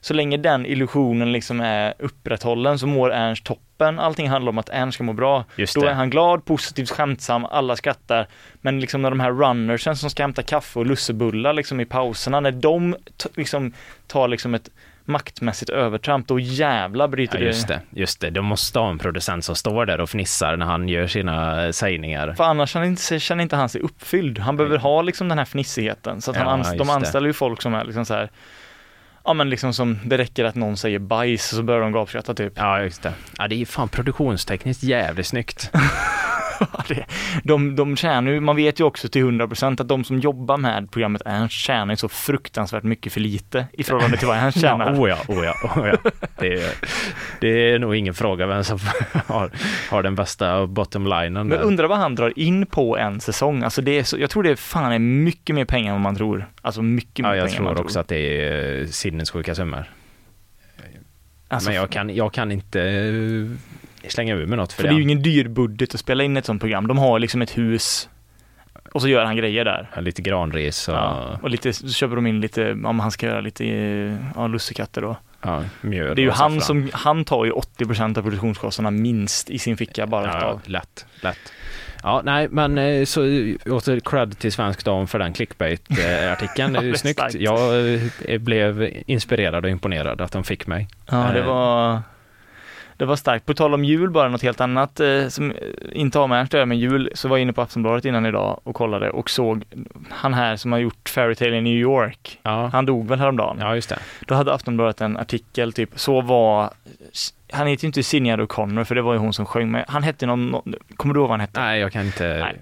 så länge den illusionen liksom är upprätthållen så mår Ernst toppen. Allting handlar om att Ernst ska må bra.
Just
Då
det.
är han glad, positivt, skämtsam, alla skrattar. Men liksom när de här runnersen som ska hämta kaffe och lussebullar liksom i pauserna, när de t- liksom tar liksom ett maktmässigt övertramp, då jävla bryter
Ja, just det, just det. De måste ha en producent som står där och fnissar när han gör sina eh, sägningar.
För annars känner inte, känner inte han sig uppfylld. Han behöver ha liksom den här fnissigheten. Så att
Ja,
han anst-
just
de
det.
anställer ju folk som är liksom så här, ja men liksom som, det räcker att någon säger bajs och så börjar de gapskratta typ.
Ja, just det. Ja, det är ju fan produktionstekniskt jävligt snyggt.
De, de tjänar ju, man vet ju också till 100% att de som jobbar med programmet Ernst tjänar ju så fruktansvärt mycket för lite i förhållande till vad Ernst
Ja,
tjänar.
oh ja, oh ja, oh ja. Det, är, det är nog ingen fråga vem som har, har den bästa bottom linen
Men
där.
undrar vad han drar in på en säsong. Alltså det är så, jag tror det är fan är mycket mer pengar än vad man tror. Alltså mycket mer
Ja,
pengar
jag
än man
tror också att det är eh, sinnessjuka summor.
Alltså,
men jag kan, jag kan inte eh, slänga ur mig något för,
För det
det.
är ju ingen dyr budget att spela in ett sånt program. De har liksom ett hus och så gör han grejer där.
Ja, Lite granris och
Ja,
ja.
och lite, så köper de in lite, om han ska göra lite, eh, ja, lussekatter då.
mjöl.
Det är ju
och
han
saffran.
som, han tar ju 80% av produktionskostnaderna minst i sin ficka bara
Ja, ja,
utav.
lätt, lätt. Ja, nej, men eh, så eh, åter cred till Svensk Dam för den clickbait-artikeln. Det
Ja,
är
det är
Snyggt.
starkt.
Jag eh, blev inspirerad och imponerad att de fick mig.
Ja, det
Eh.
var, det var starkt. På tal om jul bara, något helt annat eh, som eh, inte har med Ernst att göra, men jul, så var jag inne på Aftonbladet innan idag och kollade och såg han här som har gjort Fairytale i New York.
Ja,
Han dog väl häromdagen?
ja just det.
Då hade Aftonbladet en artikel, typ, så var, han heter ju inte Sinéad O'Connor för det var ju hon som sjöng, men han hette någon, någon kommer du ihåg vad han hette?
Nej, jag kan inte.
Nej.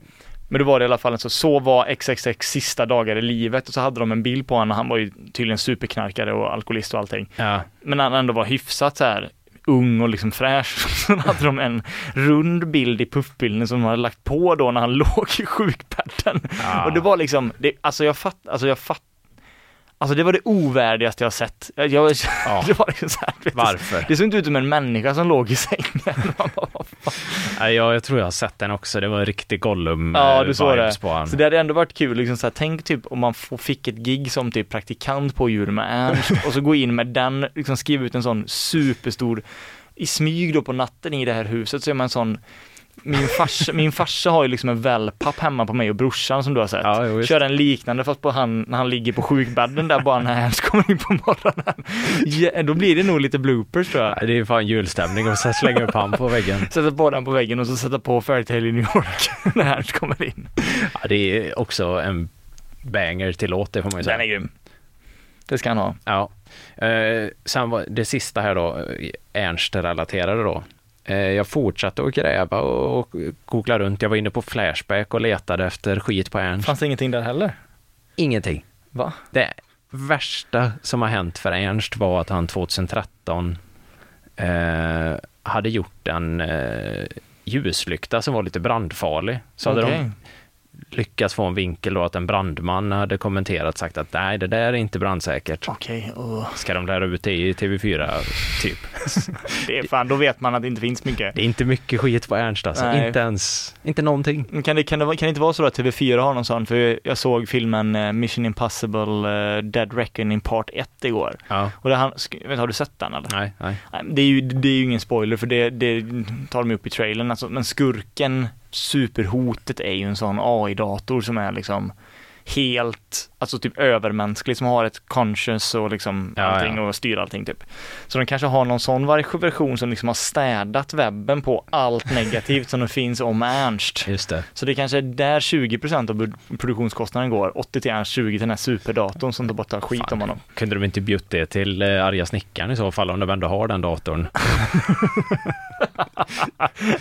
Men då var det i alla fall en så, så var XXX sista dagar i livet och så hade de en bild på honom och han var ju tydligen superknarkare och alkoholist och allting.
Ja,
Men han ändå var hyfsat så här ung och liksom fräsch. Så hade de en rund bild i puffbilden som de hade lagt på då när han låg i sjukbädden.
Ah.
Och det var liksom, det, alltså jag fatt, alltså jag fatt, alltså det var det ovärdigaste jag sett. Jag, jag,
Ja.
det var liksom så här, vet du,
Varför?
Det såg inte ut som en människa som låg i sängen. Man bara, "Vad fan?"
Ja, jag, jag tror jag har sett den också. Det var en riktig Gollum
Ja,
eh,
du såg det.
vibes på han.
Så det hade ändå varit kul, liksom så här, tänk typ om man får, fick ett gig som typ praktikant på djur med Ernst och så gå in med den, liksom skriva ut en sån superstor, i smyg då på natten i det här huset så är man en sån min farsa, min farsa har ju liksom en wellpapp hemma på mig och brorsan som du har sett.
Ja, jo, visst.
Kör en liknande fast på han, när han ligger på sjukbädden där bara när Ernst kommer in på morgonen. Ja, då blir det nog lite bloopers tror jag.
Ja, Det är fan julstämning och sen slänga upp han på väggen.
Sätta på den på väggen och så sätta på Fairytale i New York när Ernst kommer in.
Ja, det är också en banger till låt, det får man ju säga.
Den är grym. Det ska han ha.
Ja. Eh, sen var det sista här då, eh, Ernst-relaterade då. Eh, jag fortsatte att gräva och, och googla runt. Jag var inne på Flashback och letade efter skit på Ernst.
Fanns det ingenting där heller?
Ingenting.
Va?
Det värsta som har hänt för Ernst var att han 2013 eh, hade gjort en eh, ljuslykta som var lite brandfarlig. Så hade de
Okej.
lyckats få en vinkel då att en brandman hade kommenterat sagt att nej, det där är inte brandsäkert.
Okej, åh.
Ska de lära ut det i TV4, typ?
det är fan, då vet man att det inte finns mycket.
Det är inte mycket skit på Ernst alltså.
Nej.
Inte ens, inte någonting.
Men Kan det, kan, det, vara- kan det inte vara så att TV4 har någon sån? För jag såg filmen eh, Mission Impossible eh, Dead Reckoning Part 1 igår.
Ja.
Och det han, sk- jag vet, har du sett den eller?
Nej, nej.
Nej, men Det är ju, det är ju ingen spoiler för det, det tar de upp i trailern alltså, men skurken, superhotet är ju en sån AI-dator som är liksom helt, alltså typ övermänsklig som har ett conscious och liksom
Ja,
allting
ja.
och styr allting typ. Så de kanske har någon sån var- version som liksom har städat webben på allt negativt som det finns om Ernst.
Just det.
Så det kanske är där 20% av bu- produktionskostnaden går, 80 till Ernst, 20 till den här superdatorn som tar bort all skit
Fan.
om honom.
Kunde de inte bjudit det till eh, arga snickaren i så fall, om de ändå har den datorn?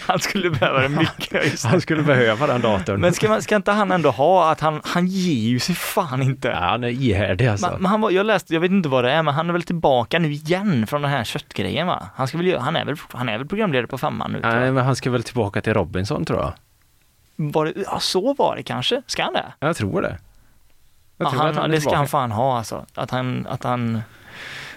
Han skulle behöva det mycket just nu.
Han skulle behöva den datorn.
Men ska, man, ska inte han ändå ha att han, han ger ju sig fan
Ja,
inte.
han är ihärdig alltså.
Men, men han var, jag läste, jag vet inte vad det är, men han är väl tillbaka nu igen från den här köttgrejen va? Han, ska väl, göra- han, är, väl, han är väl programledare på Femman nu? typ. tror jag.
Nej, men han ska väl tillbaka till Robinson tror jag.
Var det, ja, så var det kanske. Ska han det?
Jag tror det. Jag
Ja,
tror
han,
att han är
det ska
tillbaka.
han fan ha alltså. Att han, att han,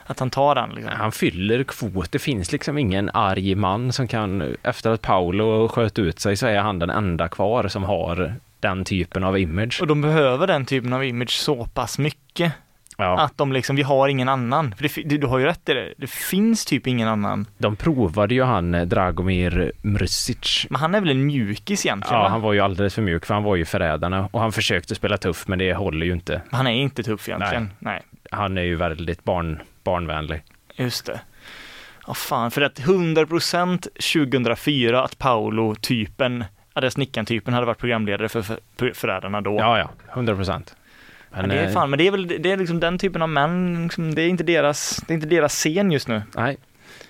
att han tar den liksom.
Han fyller kvot. Det finns liksom ingen arg man som kan, efter att Paolo sköt ut sig så är han den enda kvar som har den typen av image.
Och de behöver den typen av image så pass mycket.
Ja.
Att de liksom, vi har ingen annan. För det, fi- du, du har ju rätt i det. Det finns typ ingen annan.
De provade ju han eh, Dragomir Mrsic.
Men han är väl en mjukis egentligen?
Ja,
va?
han var ju alldeles för mjuk för han var ju förrädarna och han försökte spela tuff men det håller ju inte.
Han är inte tuff egentligen. Nej.
Han är ju väldigt barn, barnvänlig.
Just det. Ja, fan, för att 100% 2004 att Paolo-typen, ja, den snickaren-typen hade varit programledare för för- för Förrädarna då.
Ja, ja, 100 procent. eh,
men det är fan, men det är väl, det är liksom den typen av män, liksom, det är inte deras, det är inte deras scen just nu.
Nej,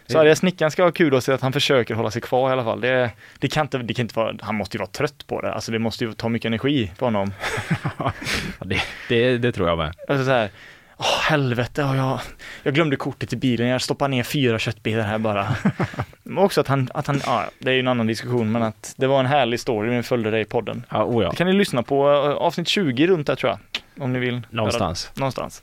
Så arga snickaren ska ha kul och se att han försöker hålla sig kvar i alla fall. Det, det kan inte, det kan inte vara, han måste ju vara trött på det, alltså det måste ju ta mycket energi på honom.
det, det, det tror jag med.
Alltså så här, åh helvete, och jag, jag glömde kortet i bilen, jag stoppar ner fyra köttbitar här bara. Men också att han, att han, ja, det är ju en annan diskussion, men att det var en härlig story när vi följde dig i podden.
Ja, oh ja.
Det kan ni lyssna på eh, avsnitt 20 runt där tror jag, om ni vill.
Någonstans.
Höra. Någonstans.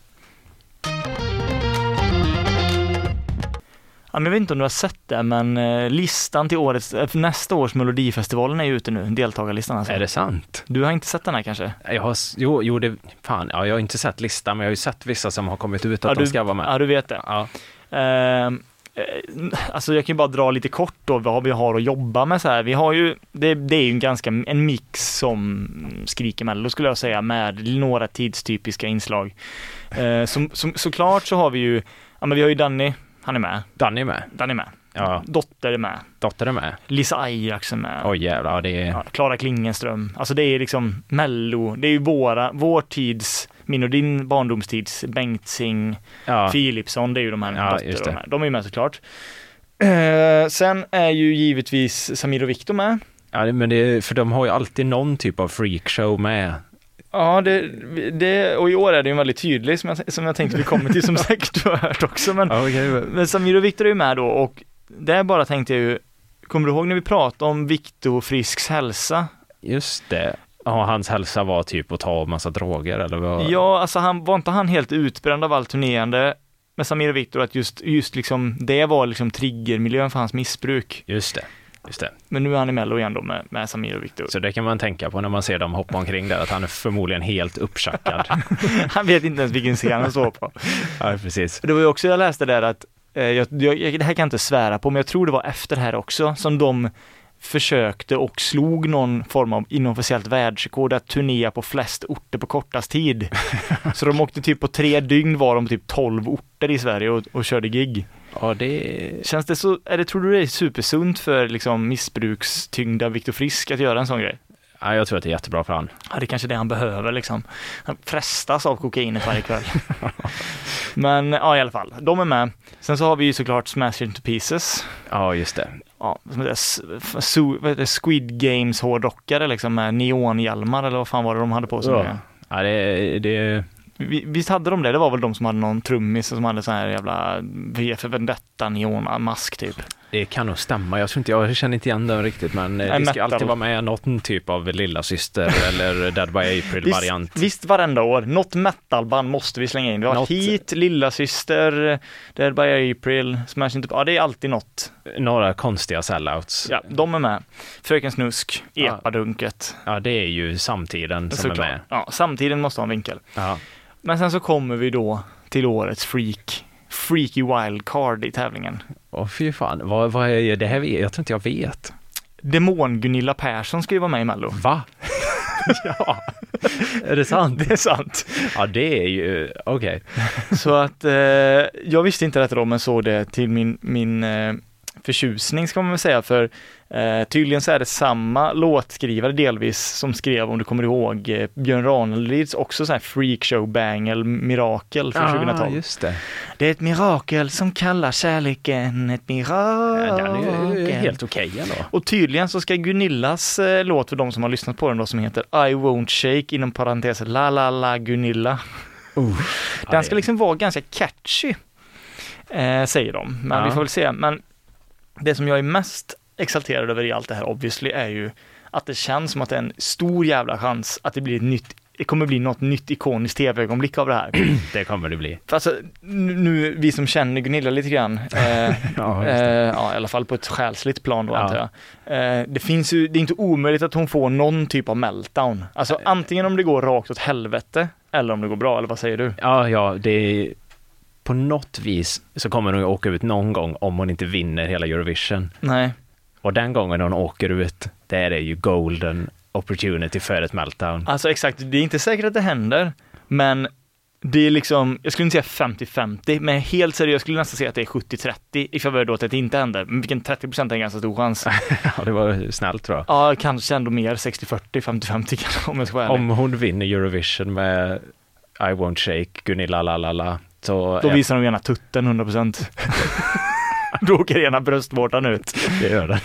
Ja, men jag vet inte om du har sett det, men eh, listan till årets, eh, nästa års Melodifestivalen är ju ute nu, deltagarlistan alltså.
Är det sant?
Du har inte sett den här kanske?
Jag har, s- jo, jo, det, fan, ja, jag har inte sett listan men jag har ju sett vissa som har kommit ut att
ja,
de ska vara med.
Ja, du vet det.
Ja.
Ehm, eh, Alltså jag kan ju bara dra lite kort då vad vi har att jobba med så här. Vi har ju, det, det är ju en ganska, en mix som skriker mello skulle jag säga med några tidstypiska inslag. Eh, Som, som, såklart så har vi ju, ja men vi har ju Danny, han är med,
Danny är med.
Danny är med,
Ja,
Dotter är med,
dotter är med.
Lisa Ajax är med.
Oj jävlar, ja, det är...
Ja, Klara Klingenström, alltså det är liksom mello, det är ju våra, vår tids, min och din barndomstids Bengtzing,
Ja,
Philipsson, det är ju de här
Ja,
dotter
just
och
det.
de, här. de är ju med såklart. Eh, sen är ju givetvis Samir och Viktor med.
ja men det är, för de har ju alltid någon typ av freakshow med.
Ja, det, det, och i år är det ju en väldigt tydlig som jag, som jag tänkte vi kommer till som säkert du har hört också. Men,
Ja, okej.
men Samir och Viktor är ju med då och Där bara tänkte jag ju, kommer du ihåg när vi pratade om Viktor Frisks hälsa?
Just det. Ja, hans hälsa var typ att ta massa droger eller vad?
Ja, alltså han, var inte han helt utbränd av allt turnerande med Samir och Viktor, att just, just liksom, det var liksom triggermiljön för hans missbruk.
Just det. Just det.
Men nu är han i Mello igen då med, med Samir och Viktor.
Så det kan man tänka på när man ser dem hoppa omkring där, att han är förmodligen helt upptjackad.
Han vet inte ens vilken scen han står på.
ja, precis.
Det var ju också, jag läste där att, eh, jag, jag, det här kan jag inte svära på, men jag tror det var efter det här också, som de försökte och slog någon form av inofficiellt världsrekord att turnera på flest orter på kortast tid. Så de åkte typ på tre dygn var de på typ 12 orter i Sverige och, och körde gig.
Ja, det...
Känns det så, eller tror du det är supersunt för liksom missbrukstyngda Viktor Frisk att göra en sån grej?
Ja, jag tror att det är jättebra för han.
Ja, det är kanske det han behöver liksom. Han frestas av kokainet varje kväll. Men ja, i alla fall, de är med. Sen så har vi ju såklart Smash Into Pieces.
Ja, just det.
Ja, som heter, s- f- so- vad heter det, Squid Games hårdrockare liksom med neonhjälmar eller vad fan var det de hade på sig?
Ja, ja det, det...
Vi- Visst hade de det? Det var väl de som hade någon trummis som hade sån här jävla V för Vendetta neonmask typ.
Det kan nog stämma. Jag tror inte, jag känner inte igen den riktigt, men eh,
Nej,
det ska
metal.
alltid vara med någon typ av lilla syster eller Dead by April-variant.
Visst, visst varenda år, något metalband måste vi slänga in. Vi har
Något-
Heat, Lilla Syster, Dead by April, Smash Into... Ja, det är alltid något.
Några konstiga sellouts.
Ja, de är med. Fröken Snusk,
Ja.
Epadunket.
Ja, det är ju samtiden som är
Såklart.
med.
Ja, samtiden måste ha en vinkel.
Ja.
Men sen så kommer vi då till årets freak. Freaky wildcard i tävlingen.
Åh fy fan, vad, vad är det här? Jag tror inte jag vet.
Demon-Gunilla Persson ska ju vara med i Mello.
Va? ja, är det sant?
Det är sant.
Ja, det är ju, okej.
Så att eh, jag visste inte detta då, men såg det till min, min eh, förtjusning ska man väl säga, för eh, tydligen så är det samma låtskrivare delvis som skrev, om du kommer ihåg, eh, Björn Ranelids också sån här freakshow bangel mirakel
Ah,
från 2012.
just det.
Det är ett mirakel som kallar kärleken ett mirakel.
Den är ju helt Ah, okej ändå.
Och tydligen så ska Gunillas eh, låt för de som har lyssnat på den då som heter I won't shake inom parentes la la la Gunilla.
Ja,
Den
det-
ska liksom vara ganska catchy, eh, säger de. Men
Ja.
vi får väl se. Men det som jag är mest exalterad över i allt det här obviously är ju att det känns som att det är en stor jävla chans att det blir ett nytt det kommer bli något nytt ikoniskt tv-ögonblick av det här.
Det kommer det bli.
För alltså, nu, nu, vi som känner Gunilla lite grann, eh,
Ja,
Eh, ja, i alla fall på ett själsligt plan då
Ja.
antar jag. Eh, det finns ju, det är inte omöjligt att hon får någon typ av meltdown. Alltså
Eh.
antingen om det går rakt åt helvete eller om det går bra, eller vad säger du?
ja, ja, det är... På något vis så kommer hon ju åka ut någon gång om hon inte vinner hela Eurovision.
Nej.
Och den gången hon åker ut, där är ju golden opportunity för ett meltdown.
Alltså exakt, det är inte säkert att det händer, men det är liksom, jag skulle inte säga 50-50, men helt seriöst jag skulle nästan säga att det är 70-30 i favör då att det inte händer. Men vilken 30% är en ganska stor chans.
Ja, det var snällt tror jag.
Ja, kanske ändå mer 60-40, 50-50 kanske, om jag ska vara ärlig.
Om hon vinner Eurovision med I won't shake, Gunilla la la la, så
Då
är-
visar de gärna tutten 100%. Då åker ena bröstvårtan ut.
det gör den.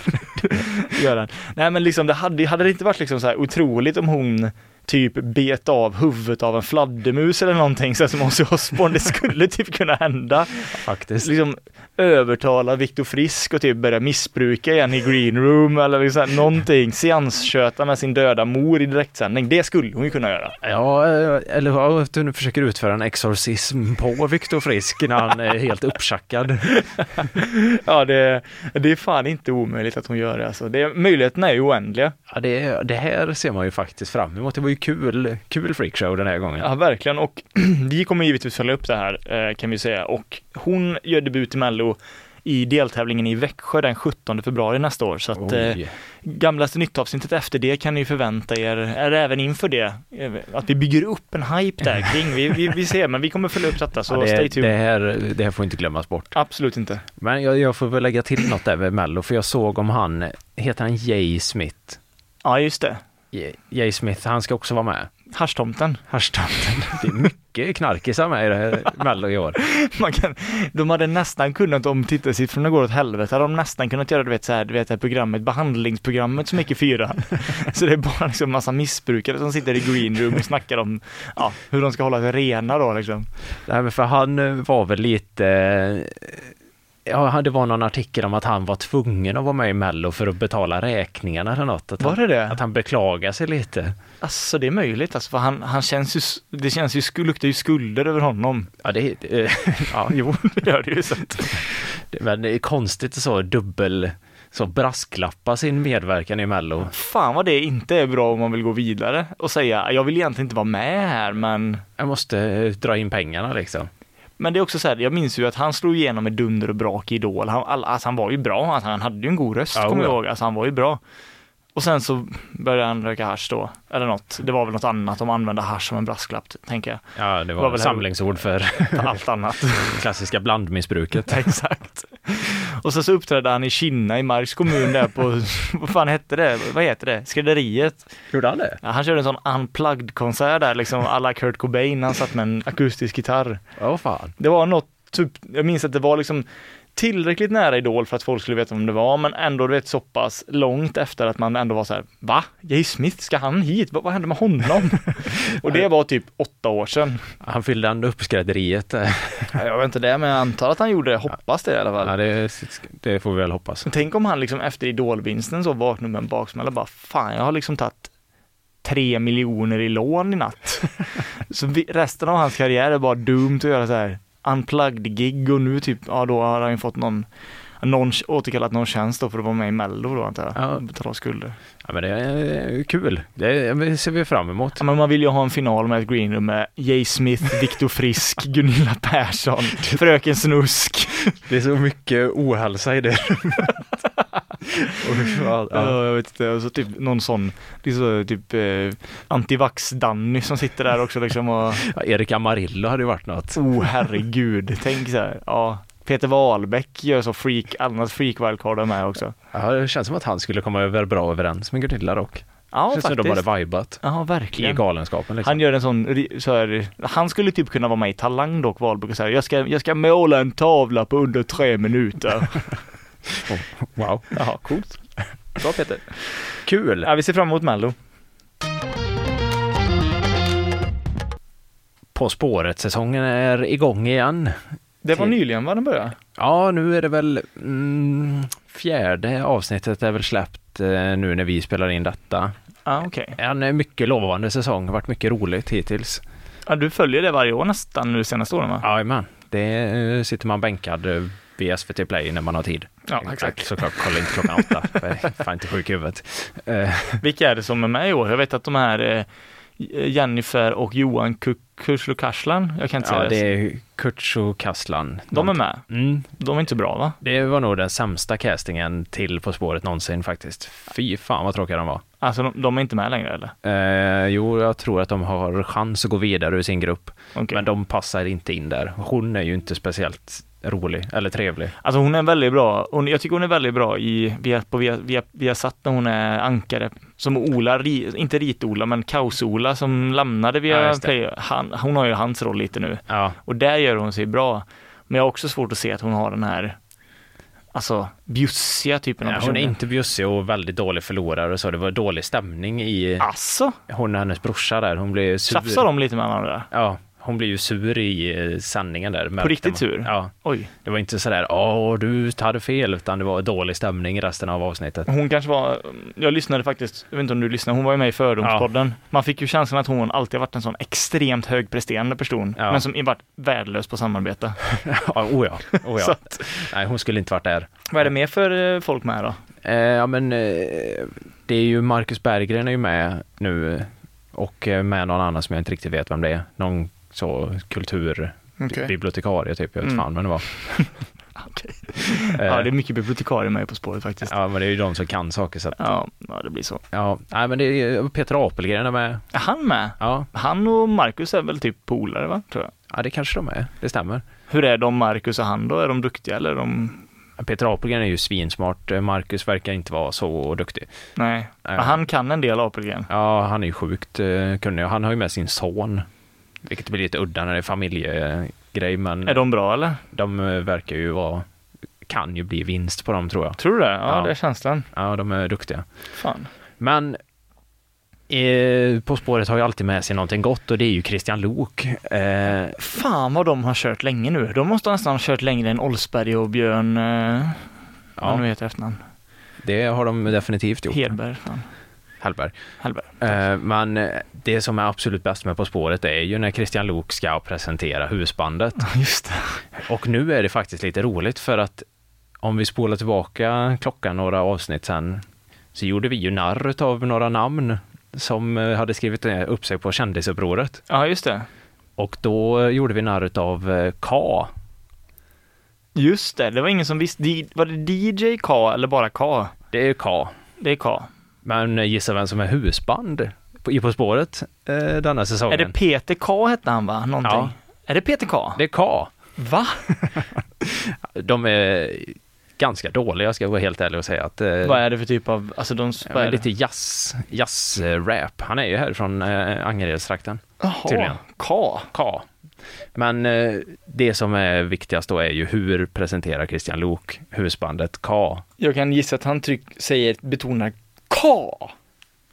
gör den. Nej men liksom det hade, hade det inte varit liksom så här otroligt om hon typ bet av huvudet av en fladdermus eller någonting så här som Ozzy Osbourne, det skulle typ kunna hända.
Faktiskt.
Liksom övertala Viktor Frisk och typ börja missbruka igen i green room eller liksom så här, någonting, seansköta med sin döda mor i direktsändning, det skulle hon ju kunna göra.
Ja, eh, eller ja, att hon försöker utföra en exorcism på Viktor Frisk när han är helt uppschackad.
Ja det, det är fan inte omöjligt att hon gör det alltså. Det, möjligheterna är ju oändliga.
Ja, det, det här ser man ju faktiskt fram emot. Det var ju kul, kul freakshow den här gången.
Ja, verkligen. Och vi kommer givetvis följa upp det här, eh, kan vi säga. Och hon gör debut i Mello i deltävlingen i Växjö den 17 februari nästa år. Så att eh,
Oj.
gamlaste nyttavsnittet efter det kan ni ju förvänta er, eller även inför det, eh, att vi bygger upp en hype där kring. Vi, vi, vi ser, men vi kommer följa upp detta, så
Ja, det,
stay tuned.
det, här, det här får inte glömmas bort.
Absolut inte.
Men jag, jag får väl lägga till något där med Mello, för jag såg om han, heter han Jay Smith?
Ja, just det.
Jay- Jay Smith, han ska också vara med.
Haschtomten.
Haschtanten. Det är mycket knarkisar med i det här Mello i år.
Man kan, de hade nästan kunnat, om tittarsiffrorna går åt helvete, hade de nästan kunnat göra du vet så här, du vet det här programmet, behandlingsprogrammet som gick i fyra. Så det är bara liksom massa missbrukare som sitter i green room och snackar om ja, hur de ska hålla sig rena då liksom.
Nej, men för han eh, var väl lite eh, ja, det var någon artikel om att han var tvungen att vara med i Mello för att betala räkningarna eller något. Att
Var
han,
det det?
Att han beklagar sig lite.
Alltså det är möjligt alltså, för han, han känns ju, s- det känns ju, sku- luktar ju skulder över honom.
Ja, det, eh, ja jo,
Det gör det ju så att.
Det- men det är konstigt att så dubbel, så brasklappa sin medverkan i Mello.
Fan vad det inte är bra om man vill gå vidare och säga, jag vill egentligen inte vara med här men
Jag måste eh, dra in pengarna liksom.
Men det är också så här, jag minns ju att han slog igenom med dunder och brak i Idol. Han, all- alltså han var ju bra, alltså han hade ju en god röst
Ja,
kommer jag
ja.
ihåg. Alltså han var ju bra. Och sen så började han röka hasch då, eller något. Det var väl något annat, de använde hasch som en brasklapp, tänker jag.
Ja, det var,
Var väl
ett samlingsord för
För Allt annat.
klassiska blandmissbruket.
Exakt. Och sen så uppträdde han i Kinna i Marks kommun där på, vad fan hette det? Vad heter det? Skrädderiet.
Gjorde han det?
Ja, han körde en sån unplugged-konsert där liksom, alla Kurt Cobain. Han satt med en akustisk gitarr.
Ja, fan.
Det var något, typ, jag minns att det var liksom tillräckligt nära Idol för att folk skulle veta vem det var, men ändå du vet så pass långt efter att man ändå var så här, va? Jay Smith, ska han hit? Vad, vad hände med honom? och det var typ åtta år sedan.
Han fyllde ändå upp skrädderiet.
Jag vet inte det, men jag antar att han gjorde det, hoppas det i alla fall.
Ja, det, det får vi väl hoppas.
Tänk om han liksom efter Idolvinsten så vaknade med en baksmälla och bara, fan jag har liksom tagit tre miljoner i lån i natt. så vi, resten av hans karriär är bara dumt att göra så här unplugged-gig och nu typ, ja då har han ju fått någon, någon återkallat någon tjänst då för att vara med i Mello då antar jag.
Ja.
Betala skulder.
Ja, men det är eh, kul. Det ser vi fram emot.
Ja, men man vill ju ha en final med ett greenroom med Jay Smith, Viktor Frisk, Gunilla Persson, Fröken Snusk.
Det är så mycket ohälsa i det rummet. ja.
Ja, jag vet inte. Och så typ någon sån, det är så typ eh, antivax-Danny som sitter där också liksom och,
Ja, Erik Amarillo hade ju varit något.
oh herregud, tänk så här. Ja, Peter Wahlbeck gör så freak, annat freak wildcard är med också.
Ja, det känns som att han skulle komma över bra överens med Gunilla dock.
Ja,
känns som de
faktiskt.
hade vibat
Ja,
i
verkligen.
galenskapen liksom.
Han gör en sån, ri- så här, han skulle typ kunna vara med i Talang dock, Wahlbeck, och säga jag ska, jag ska måla en tavla på under tre minuter.
Wow.
Jaha, coolt. Bra Peter.
Kul!
Ja, vi ser fram emot Mello.
På spåret-säsongen är igång igen.
Det var
Till-
nyligen va den började?
Ja, nu är det väl mm, fjärde avsnittet är väl släppt eh, nu när vi spelar in detta.
Ja, okej.
En eh, mycket lovande säsong, varit mycket roligt hittills.
Ja, du följer det varje år nästan nu senaste åren va?
Jajamän, det eh, sitter man bänkad eh, vid SVT Play när man har tid.
Ja,
Såklart, kolla inte klockan åtta. Jag är Fan inte sjuk i huvudet. Eh,
Vilka är det som är med i år? Jag vet att de här eh, Jennifer och Johan Ku- Kuslukaslan, jag kan inte
Ja,
säga det.
det är Kurtso Kaslan.
De är med.
Mm,
De är inte bra va?
det var nog den sämsta castingen till På spåret någonsin faktiskt. Fy fan vad tråkiga de var.
Alltså de, de är inte med längre eller?
Eh, jo, jag tror att de har chans att gå vidare ur sin grupp.
Okej.
Men de passar inte in där. Hon är ju inte speciellt rolig eller trevlig.
Alltså hon är väldigt bra, hon, jag tycker hon är väldigt bra i, via, på via, via, via satt när hon är ankare. Som Ola, ri, inte Rit-Ola, men Kaos-Ola som lämnade
Ja,
via
just det.
Play. Han, hon har ju hans roll lite nu.
Ja,
Och där gör hon sig bra. Men jag har också svårt att se att hon har den här, alltså bjussiga typen av
Ja,
person.
hon är inte bjussig och väldigt dålig förlorare och så. Det var dålig stämning i
Alltså,
hon och hennes brorsa där. Hon blev sur.
tjafsar de lite med varandra?
Ja, hon blev ju sur i eh, sändningen där. märkte
riktigt
man.
sur?
Ja.
Oj.
Det var inte sådär, åh du hade fel, utan det var dålig stämning i resten av avsnittet.
Hon kanske var, jag lyssnade faktiskt, jag vet inte om du lyssnade, hon var ju med i Fördomspodden. Man fick ju känslan att hon alltid har varit en sån extremt högpresterande person,
Ja.
men som varit värdelös på samarbete.
ja, oh ja, oh ja.
Så att,
Nej, hon skulle inte varit där.
vad är det mer för eh, folk med då?
Eh, ja men eh, det är ju Marcus Berggren är ju med nu och eh, med någon annan som jag inte riktigt vet vem det är. Någon så kulturbibliotekarie typ, jag vet
Mm.
fan vem det var.
Okej.
Eh,
Ja, det är mycket bibliotekarier med På spåret faktiskt.
ja men det är ju de som kan saker så att,
Ja, ja det blir så.
ja. Nej men det är Peter Apelgren är med.
Är han med?
Ja,
Han och Marcus är väl typ polare va, tror jag.
ja det kanske de är, det stämmer.
Hur är de, Marcus och han då? Är de duktiga eller är de...
Peter Apelgren är ju svinsmart, Eh, Marcus verkar inte vara så duktig.
Nej.
Nej.
Men Han kan en del Apelgren.
Ja, han är ju sjukt eh, kunnig och han har ju med sin son. Vilket blir lite udda när det är familjegrej, men
Är de bra eller?
de eh, verkar ju vara, kan ju bli vinst på dem tror jag.
Tror du det? Ja,
Ja.
det är känslan.
Ja, de är duktiga.
Fan.
Men Eh, på spåret har ju alltid med sig någonting gott och det är ju Christian Lok. Eh,
Fan vad de har kört länge nu. De måste nästan ha kört längre än Olsberg och Björn, eh, vad nu
ja,
heter efternamn.
det har de definitivt gjort.
Hedberg, fan.
Hallberg.
Hallberg.
Eh, Men eh, det som är absolut bäst med På spåret är ju när Christian Lok ska presentera husbandet.
Just det.
Och nu är det faktiskt lite roligt för att om vi spolar tillbaka klockan några avsnitt sen så gjorde vi ju narr av några namn som eh, hade skrivit eh, upp sig på kändisupproret.
Ja, just det.
Och då eh, gjorde vi narr eh, av K.
Just det, det var ingen som visste. Di- Var det DJ K eller bara K?
Det är K.
Det är K.
Men eh, gissa vem som är husband på- i På spåret eh, denna säsongen?
Är det Peter K hette han va? Någonting.
Ja.
Är det Peter K?
det är K.
Va?
De är ganska dåliga ska jag vara helt ärlig och säga att eh,
Vad är det för typ av, alltså de, vad är det?
lite jazz, jazz-rap. Han är ju härifrån eh, Angeredstrakten, tydligen.
Jaha, K.
K. Men eh, det som är viktigast då är ju hur presenterar Christian Lok husbandet K?
Jag kan gissa att han tryck, säger, betonar K.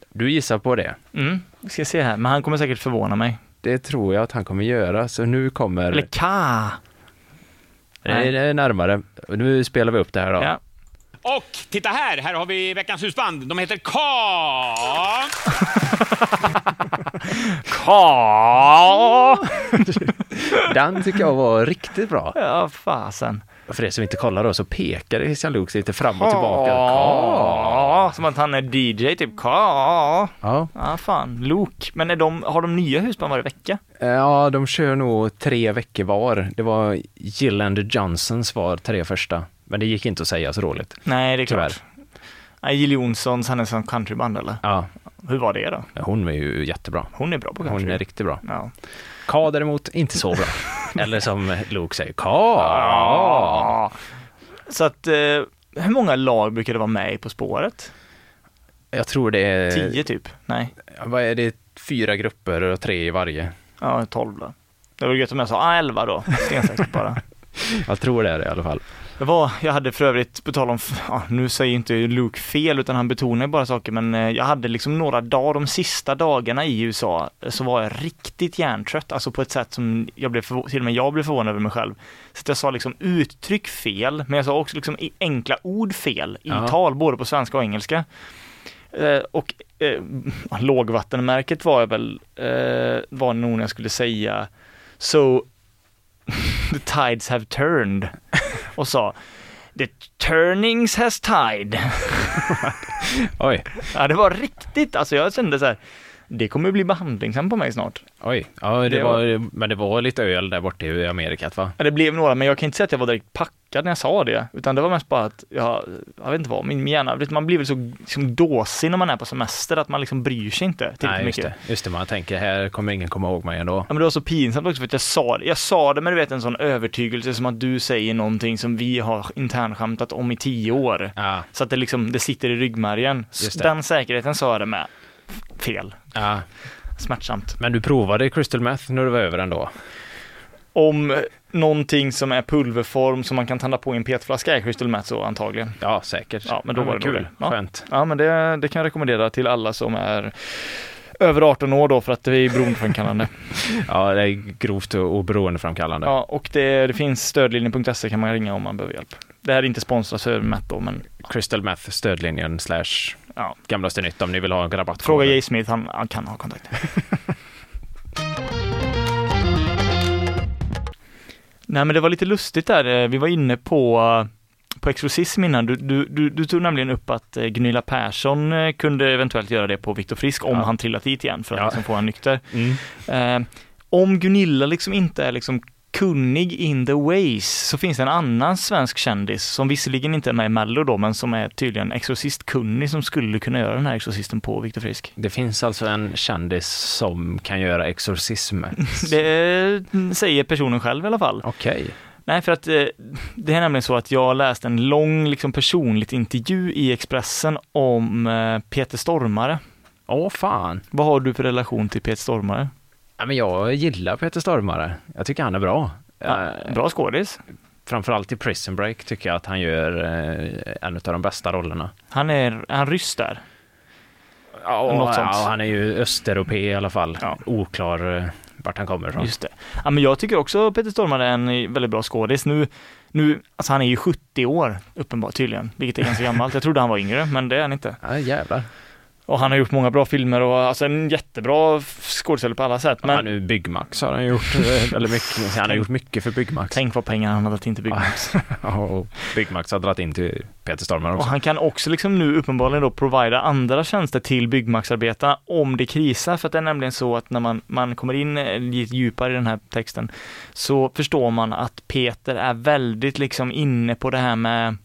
Du gissar på det?
Mm, vi ska se här, men han kommer säkert förvåna mig.
Det tror jag att han kommer göra, så nu kommer...
Eller K.
Nej, det är närmare. Nu spelar vi upp det här då.
Ja.
Och titta här, här har vi veckans husband. De heter Ka.
K.
Den tycker jag var riktigt bra.
Ja, fasen.
För er som inte kollar då så pekade Christian Luuk lite fram och tillbaka. K.
K. Som att han är DJ, typ K.
Ja.
Ja, fan. Luke. Men är de, har de nya husband varje vecka?
ja, de kör nog tre veckor var. Det var Jill and the Johnsons var tre första. Men det gick inte att säga så roligt.
Nej, det är
Tyvärr.
klart. Nej, Jill Johnssons, han är som countryband eller?
Ja,
Hur var det då?
hon är ju jättebra.
Hon är bra på country.
Hon är riktigt bra.
Ja.
K däremot, inte så bra. Eller som Luke säger, K.
Så att, eh, hur många lag brukar det vara med i På spåret?
Jag tror det är...
Tio typ? Nej,
Vad är det? Fyra grupper och tre i varje.
ja, tolv då. Det var gött om jag sa ah, elva då, stensäkert bara.
Jag tror det är det i alla fall.
Jag, var, jag hade för övrigt, på tal om, ja, nu säger inte Luke fel utan han betonar ju bara saker, men eh, jag hade liksom några dagar, de sista dagarna i USA, eh, så var jag riktigt hjärntrött, alltså på ett sätt som jag blev förvå- till och med jag blev förvånad över mig själv. Så att jag sa liksom uttryck fel, men jag sa också liksom i- enkla ord fel i
Ja.
tal, både på svenska och engelska. Eh, och eh, lågvattenmärket var jag väl, eh, var nog när jag skulle säga So the tides have turned och sa The turnings has tide.
Oj,
Ja, det var riktigt. Alltså jag kände så här, det kommer bli behandlingshem på mig snart.
oj. Ja, det,
Det
var... Men det var lite öl där borta i Amerikat va?
Ja, det blev några, men jag kan inte säga att jag var direkt packad när jag sa det, utan det var mest bara att jag, jag vet inte vad, min hjärna, vet, man blir väl så liksom, dåsig när man är på semester att man liksom bryr sig inte tillräckligt
Nej, just
mycket.
det. Just det, man tänker här kommer ingen komma ihåg mig ändå.
Ja, men det var så pinsamt också för att jag sa det, jag sa det med du vet en sån övertygelse som att du säger någonting som vi har internskämtat om i tio år.
Ja,
Så att det liksom, det sitter i ryggmärgen.
Just det.
Den säkerheten sa jag det med. Fel.
ja.
Smärtsamt.
Men du provade crystal meth när du var över ändå?
Om eh, någonting som är pulverform som man kan tända på i en petflaska är crystal meth så antagligen.
Ja, säkert.
Ja, men då var det nog
kul.
det. Ja.
Skönt.
Ja men det, det kan jag rekommendera till alla som är över 18 år då för att det är beroendeframkallande.
Ja, det är grovt och och beroendeframkallande.
ja och det, det finns stödlinjen.se kan man ringa om man behöver hjälp. Det här är inte sponsrat för Meth då men
Crystal meth, stödlinjen slash
ja.
gamlaste nytt om ni vill ha en rabattkod.
Fråga Jay Smith, han, han kan ha kontakt. Nej men det var lite lustigt där, Eh, vi var inne på, eh, på exorcism innan. Du, du, du, du tog nämligen upp att eh, Gunilla Persson eh, kunde eventuellt göra det på Viktor Frisk om
Ja.
han trillat dit igen för att
Ja.
liksom få han nykter.
Mm.
Eh, om Gunilla liksom inte är liksom kunnig in the ways så finns det en annan svensk kändis som visserligen inte är med i Mello då men som är tydligen exorcistkunnig som skulle kunna göra den här exorcisten på Viktor Frisk.
Det finns alltså en kändis som kan göra exorcism.
Det eh, säger personen själv i alla fall.
Okej.
Nej, för att eh, det är nämligen så att jag läste en lång liksom, personligt intervju i Expressen om eh, Peter Stormare.
Åh fan.
Vad har du för relation till Peter Stormare?
Ja, men jag gillar Peter Stormare. Jag tycker han är bra. Eh,
Bra skådis.
framförallt i Prison Break tycker jag att han gör eh, en av de bästa rollerna.
Han är, är han ryss där?
Ja,
Något sånt.
ja, han är ju östeuropé i alla fall.
Ja.
Oklar eh, vart han kommer ifrån.
Just det. Ja, men jag tycker också Peter Stormare är en eh, väldigt bra skådis. Nu, nu, alltså han är ju 70 år uppenbart tydligen, vilket är ganska gammalt. Jag trodde han var yngre, men det är han inte.
Ja, jävlar.
Och han har gjort många bra filmer och alltså en jättebra skådespelare på alla sätt. Men
han är ju Byggmax har han gjort eh, väldigt mycket. Han har gjort mycket för Byggmax.
tänk vad pengar han har dragit in till Byggmax.
Ja, och Byggmax har dragit in till Peter Stormare
Och
också.
han kan också liksom nu uppenbarligen då provida andra tjänster till byggmaxarbetarna om det krisar, för att det är nämligen så att när man, man kommer in eh, lite djupare i den här texten så förstår man att Peter är väldigt liksom inne på det här med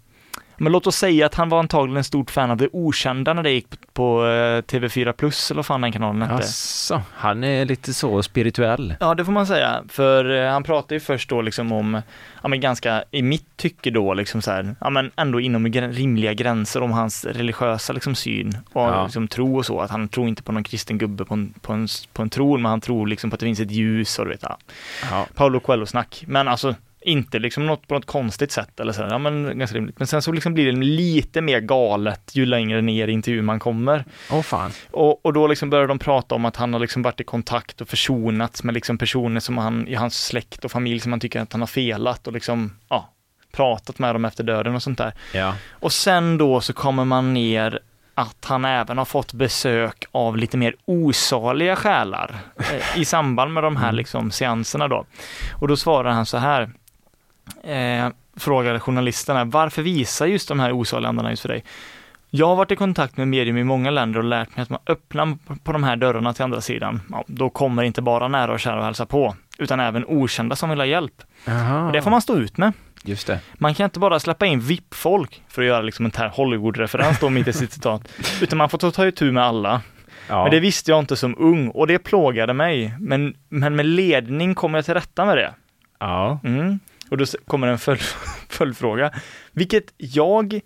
men låt oss säga att han var antagligen en stort fan av det okända när det gick på, på eh, TV4 Plus eller vad fan den kanalen hette.
Jaså, han är lite så spirituell.
Ja, det får man säga. För eh, han pratar ju först då liksom om, ja men ganska, i mitt tycke då liksom så här, ja men ändå inom grä- rimliga gränser om hans religiösa liksom syn och
Ja.
liksom tro och så. Att han tror inte på någon kristen gubbe på en, på en, s- på en tron, men han tror liksom på att det finns ett ljus och du vet, ja.
Ja.
Paolo Coelho-snack. Men alltså, inte liksom något på något konstigt sätt eller så här, ja men ganska rimligt. Men sen så liksom blir det lite mer galet ju längre ner i intervjun man kommer.
Åh fan.
Och, och då liksom började de prata om att han har liksom varit i kontakt och försonats med liksom personer som han, i hans släkt och familj som han tycker att han har felat och liksom, ja, pratat med dem efter döden och sånt där.
Ja.
Och sen då så kommer man ner att han även har fått besök av lite mer osaliga själar eh, i samband med de här liksom seanserna då. Och då svarar han så här, eh, frågade journalisterna, varför visar just de här osaliga andarna just för dig? Jag har varit i kontakt med medium i många länder och lärt mig att man öppnar på de här dörrarna till andra sidan. Ja, då kommer inte bara nära och kära och hälsa på, utan även okända som vill ha hjälp.
Jaha.
Och det får man stå ut med.
Just det.
Man kan inte bara släppa in VIP-folk för att göra liksom en här Hollywood-referens då mitt i sitt citat, utan man får ta- ta itu med alla.
Ja.
Men det visste jag inte som ung och det plågade mig. Men, men med ledning kom jag till rätta med det.
ja.
Mm. Och då s- kommer en följ, följdfråga, vilket jag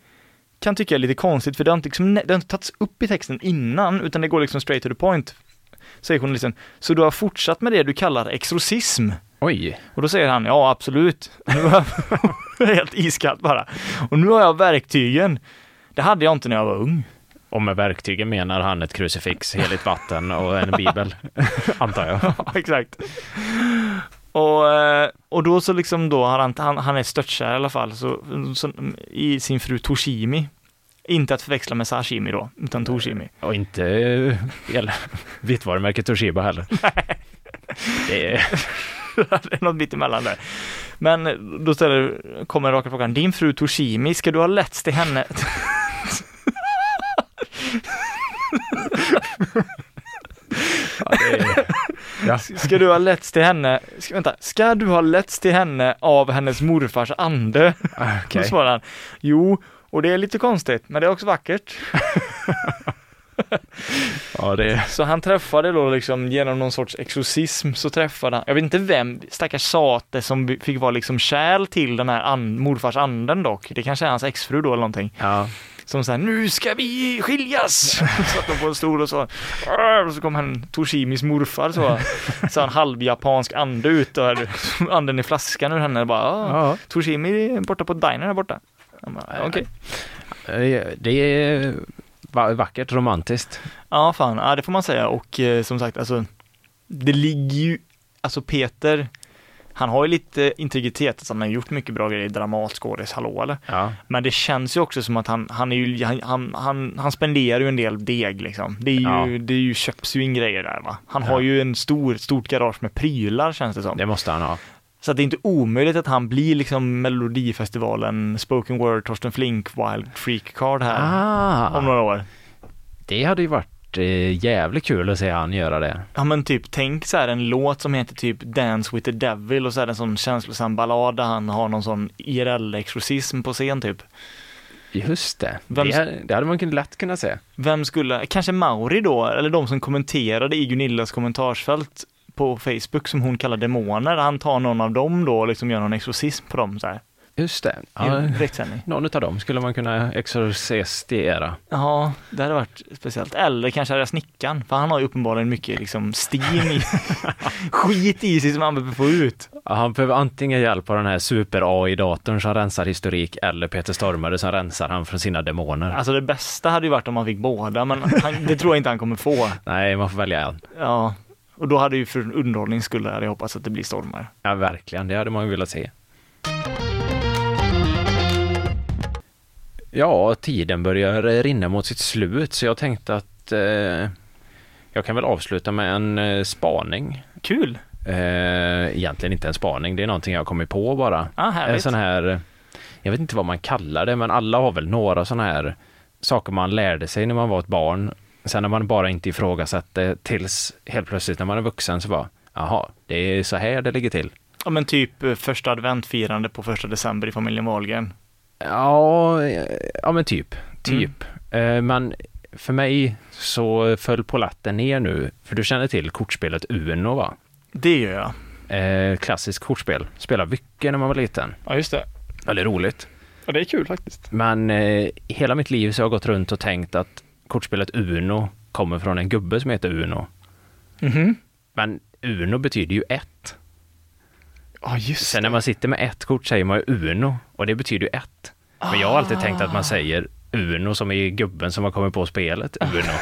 kan tycka är lite konstigt för det har inte, liksom, det har inte tagits upp i texten innan utan det går liksom straight to the point. Säger journalisten, så du har fortsatt med det du kallar exorcism?
Oj.
Och då säger han, ja absolut. Nu har jag- Helt iskallt bara. Och nu har jag verktygen. Det hade jag inte när jag var ung.
Och med verktygen menar han ett krucifix, heligt vatten och en bibel. Antar jag.
Ja, Exakt. Och, eh, och då så liksom då har han, han, han är störtkär i alla fall, så, så, i sin fru Toshimi. Inte att förväxla med sashimi då, utan Toshimi.
Och inte eh, el- vitt varumärke Toshiba heller. Det är,
det är något mitt emellan där. Men då ställer, kommer raka frågan, din fru Toshimi, ska du ha lätts till henne?
det är ja.
Ska du ha lätts till henne, ska, vänta, ska du ha lätts till henne av hennes morfars ande? Då
okej.
svarar han, jo, och det är lite konstigt, men det är också vackert.
Ja, det är,
Så han träffade då liksom genom någon sorts exorcism så träffade han, jag vet inte vem, stackars sate som fick vara liksom kärl till den här an, morfars anden dock. Det kanske är hans exfru då eller någonting.
ja.
Som såhär, nu ska vi skiljas! Satt de på en stol och så, "Arr!" och så kom han, Toshimis morfar så. Så en halvjapansk ande ut och hade anden i flaskan ur henne bara, "Ah,
Ja.
Toshimi är borta på dinern här borta. Han bara, Okej.
Eh, Det är va- vackert, romantiskt.
Ja, fan. Ja, det får man säga. Och eh, som sagt, alltså, det ligger ju, alltså Peter, han har ju lite integritet, alltså, han har gjort mycket bra grejer, dramat, skådis, hallå eller?
Ja.
Men det känns ju också som att han, han är ju, han, han, han, han spenderar ju en del deg liksom. Det är ju, det är ju, köps ju in grejer där va. Han har
Ja.
ju en stor, stort garage med prylar känns det som.
Det måste han ha.
Så att det är inte omöjligt att han blir liksom Melodifestivalen, spoken word, Torsten Flink, wild freak card här om
Ah,
några år.
det hade ju varit eh, jävligt kul att se han göra det.
Ja men typ, tänk så här en låt som heter typ Dance with the Devil och så är det en sån känslosam ballad där han har någon sån IRL-exorcism på scen typ.
Just det.
Vem-
Det, hade- det hade man kunnat lätt kunna se.
Vem skulle, kanske Mauri då, eller de som kommenterade i Gunillas kommentarsfält på Facebook som hon kallar demoner, han tar någon av dem då och liksom gör någon exorcism på dem så här.
Just det.
i
Ja,
direktsändning.
någon utav dem skulle man kunna exorcistera.
Ja, det hade varit speciellt. Eller kanske hade snickaren, för han har ju uppenbarligen mycket liksom steam i, skit i sig som han behöver få ut.
Ja, han behöver antingen hjälp av den här super-AI-datorn som rensar historik eller Peter Stormare som rensar han från sina demoner.
Alltså det bästa hade ju varit om han fick båda, men han, det tror jag inte han kommer få.
Nej, man får välja en.
Ja, och då hade ju för underhållnings skull hade jag hoppats att det blir stormar.
Ja, verkligen. Det hade man ju velat se. Ja, tiden börjar rinna mot sitt slut så jag tänkte att eh, jag kan väl avsluta med en eh, spaning.
Kul!
Eh, egentligen inte en spaning, det är någonting jag har kommit på bara.
Ah,
en
härligt.
sån här, jag vet inte vad man kallar det, men alla har väl några såna här saker man lärde sig när man var ett barn. Sen när man bara inte ifrågasatte tills helt plötsligt när man är vuxen så bara, jaha, det är så här det ligger till.
Ja men typ eh, första adventfirande på första december i familjen Wahlgren.
Ja, eh, ja men typ, typ. Eh, Men för mig så föll polatten ner nu, för du känner till kortspelet Uno va?
Det gör jag.
Eh, klassiskt kortspel. Spelade mycket när man var liten.
Ja, just det.
Väldigt roligt.
Ja, det är kul faktiskt.
Men eh, hela mitt liv så har jag gått runt och tänkt att kortspelet Uno kommer från en gubbe som heter Uno.
Mhm.
Men Uno betyder ju ett.
Ja, just
Sen när man sitter med ett kort säger man ju Uno och det betyder ju ett. Men jag har alltid tänkt att man säger Uno som är gubben som har kommit på spelet, Uno.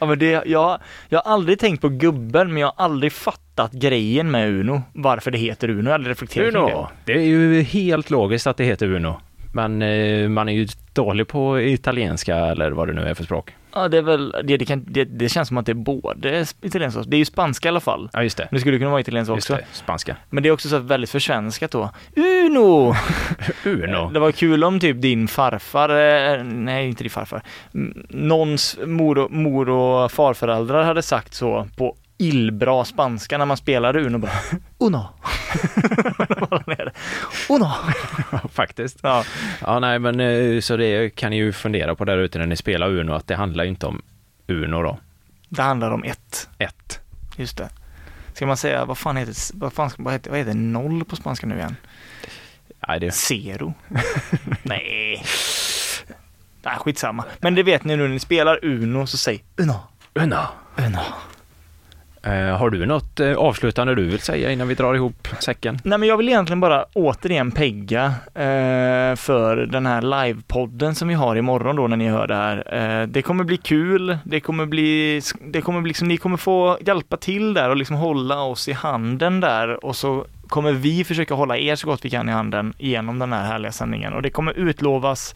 Ja men det, jag, jag har aldrig tänkt på gubben men jag har aldrig fattat grejen med Uno. Varför det heter Uno, jag har aldrig reflekterat kring
Uno!
det.
Det är ju helt logiskt att det heter Uno. Men eh, man är ju dålig på italienska eller vad det nu är för språk.
Ja det är väl, det, det, kan, det, det känns som att det är både italienskt och, det är ju spanska i alla fall.
Ja, just det.
Men det skulle kunna vara italienskt
Just
också.
det. Spanska.
Men det är också så här väldigt försvenskat då. Uno!
Uno.
Det var kul om typ din farfar, eh, nej inte din farfar, m- någons mor och, mor och farföräldrar hade sagt så på illbra spanska när man spelade Uno bara Uno! Bara ner. Uno!
Faktiskt.
Ja,
Ja, nej, men eh, så det kan ni ju fundera på där ute när ni spelar Uno, att det handlar ju inte om Uno då,
det handlar om ett,
ett.
just det. Ska man säga, vad fan heter, vad fan, ska- vad heter, vad heter noll på spanska nu igen?
Nej, det,
Zero? nej. Nej, skitsamma. Men det vet ni nu när ni spelar Uno så säg Uno!
Uno.
Uno!
Eh, har du något eh, avslutande du vill säga innan vi drar ihop säcken?
Nej men jag vill egentligen bara återigen pegga eh, för den här livepodden som vi har imorgon då när ni hör det här. Eh, det kommer bli kul, det kommer bli, det kommer bli liksom, ni kommer få hjälpa till där och liksom hålla oss i handen där och så kommer vi försöka hålla er så gott vi kan i handen genom den här härliga sändningen och det kommer utlovas,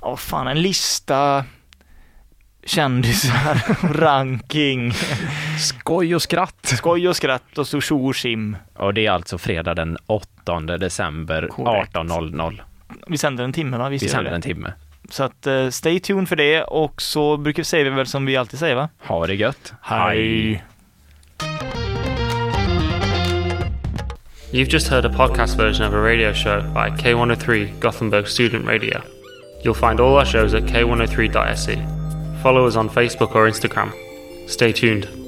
ja vad fan en lista kändisar, och ranking,
Skoj och skratt!
skoj och skratt och så tjo och tjim.
Och det är alltså fredag den 8 december
Korrekt.
18.00.
Vi sänder en timme va? Visst
Vi
gör
sänder
det?
en timme.
Så att eh, stay tuned för det och så brukar säga vi väl som vi alltid säger va?
Ha det gött!
You've just heard a podcast version of a radio show by K103 Gothenburg Student Radio. You'll find oh E. all our shows at k103.se. Follow us on Facebook or Instagram. Stay tuned.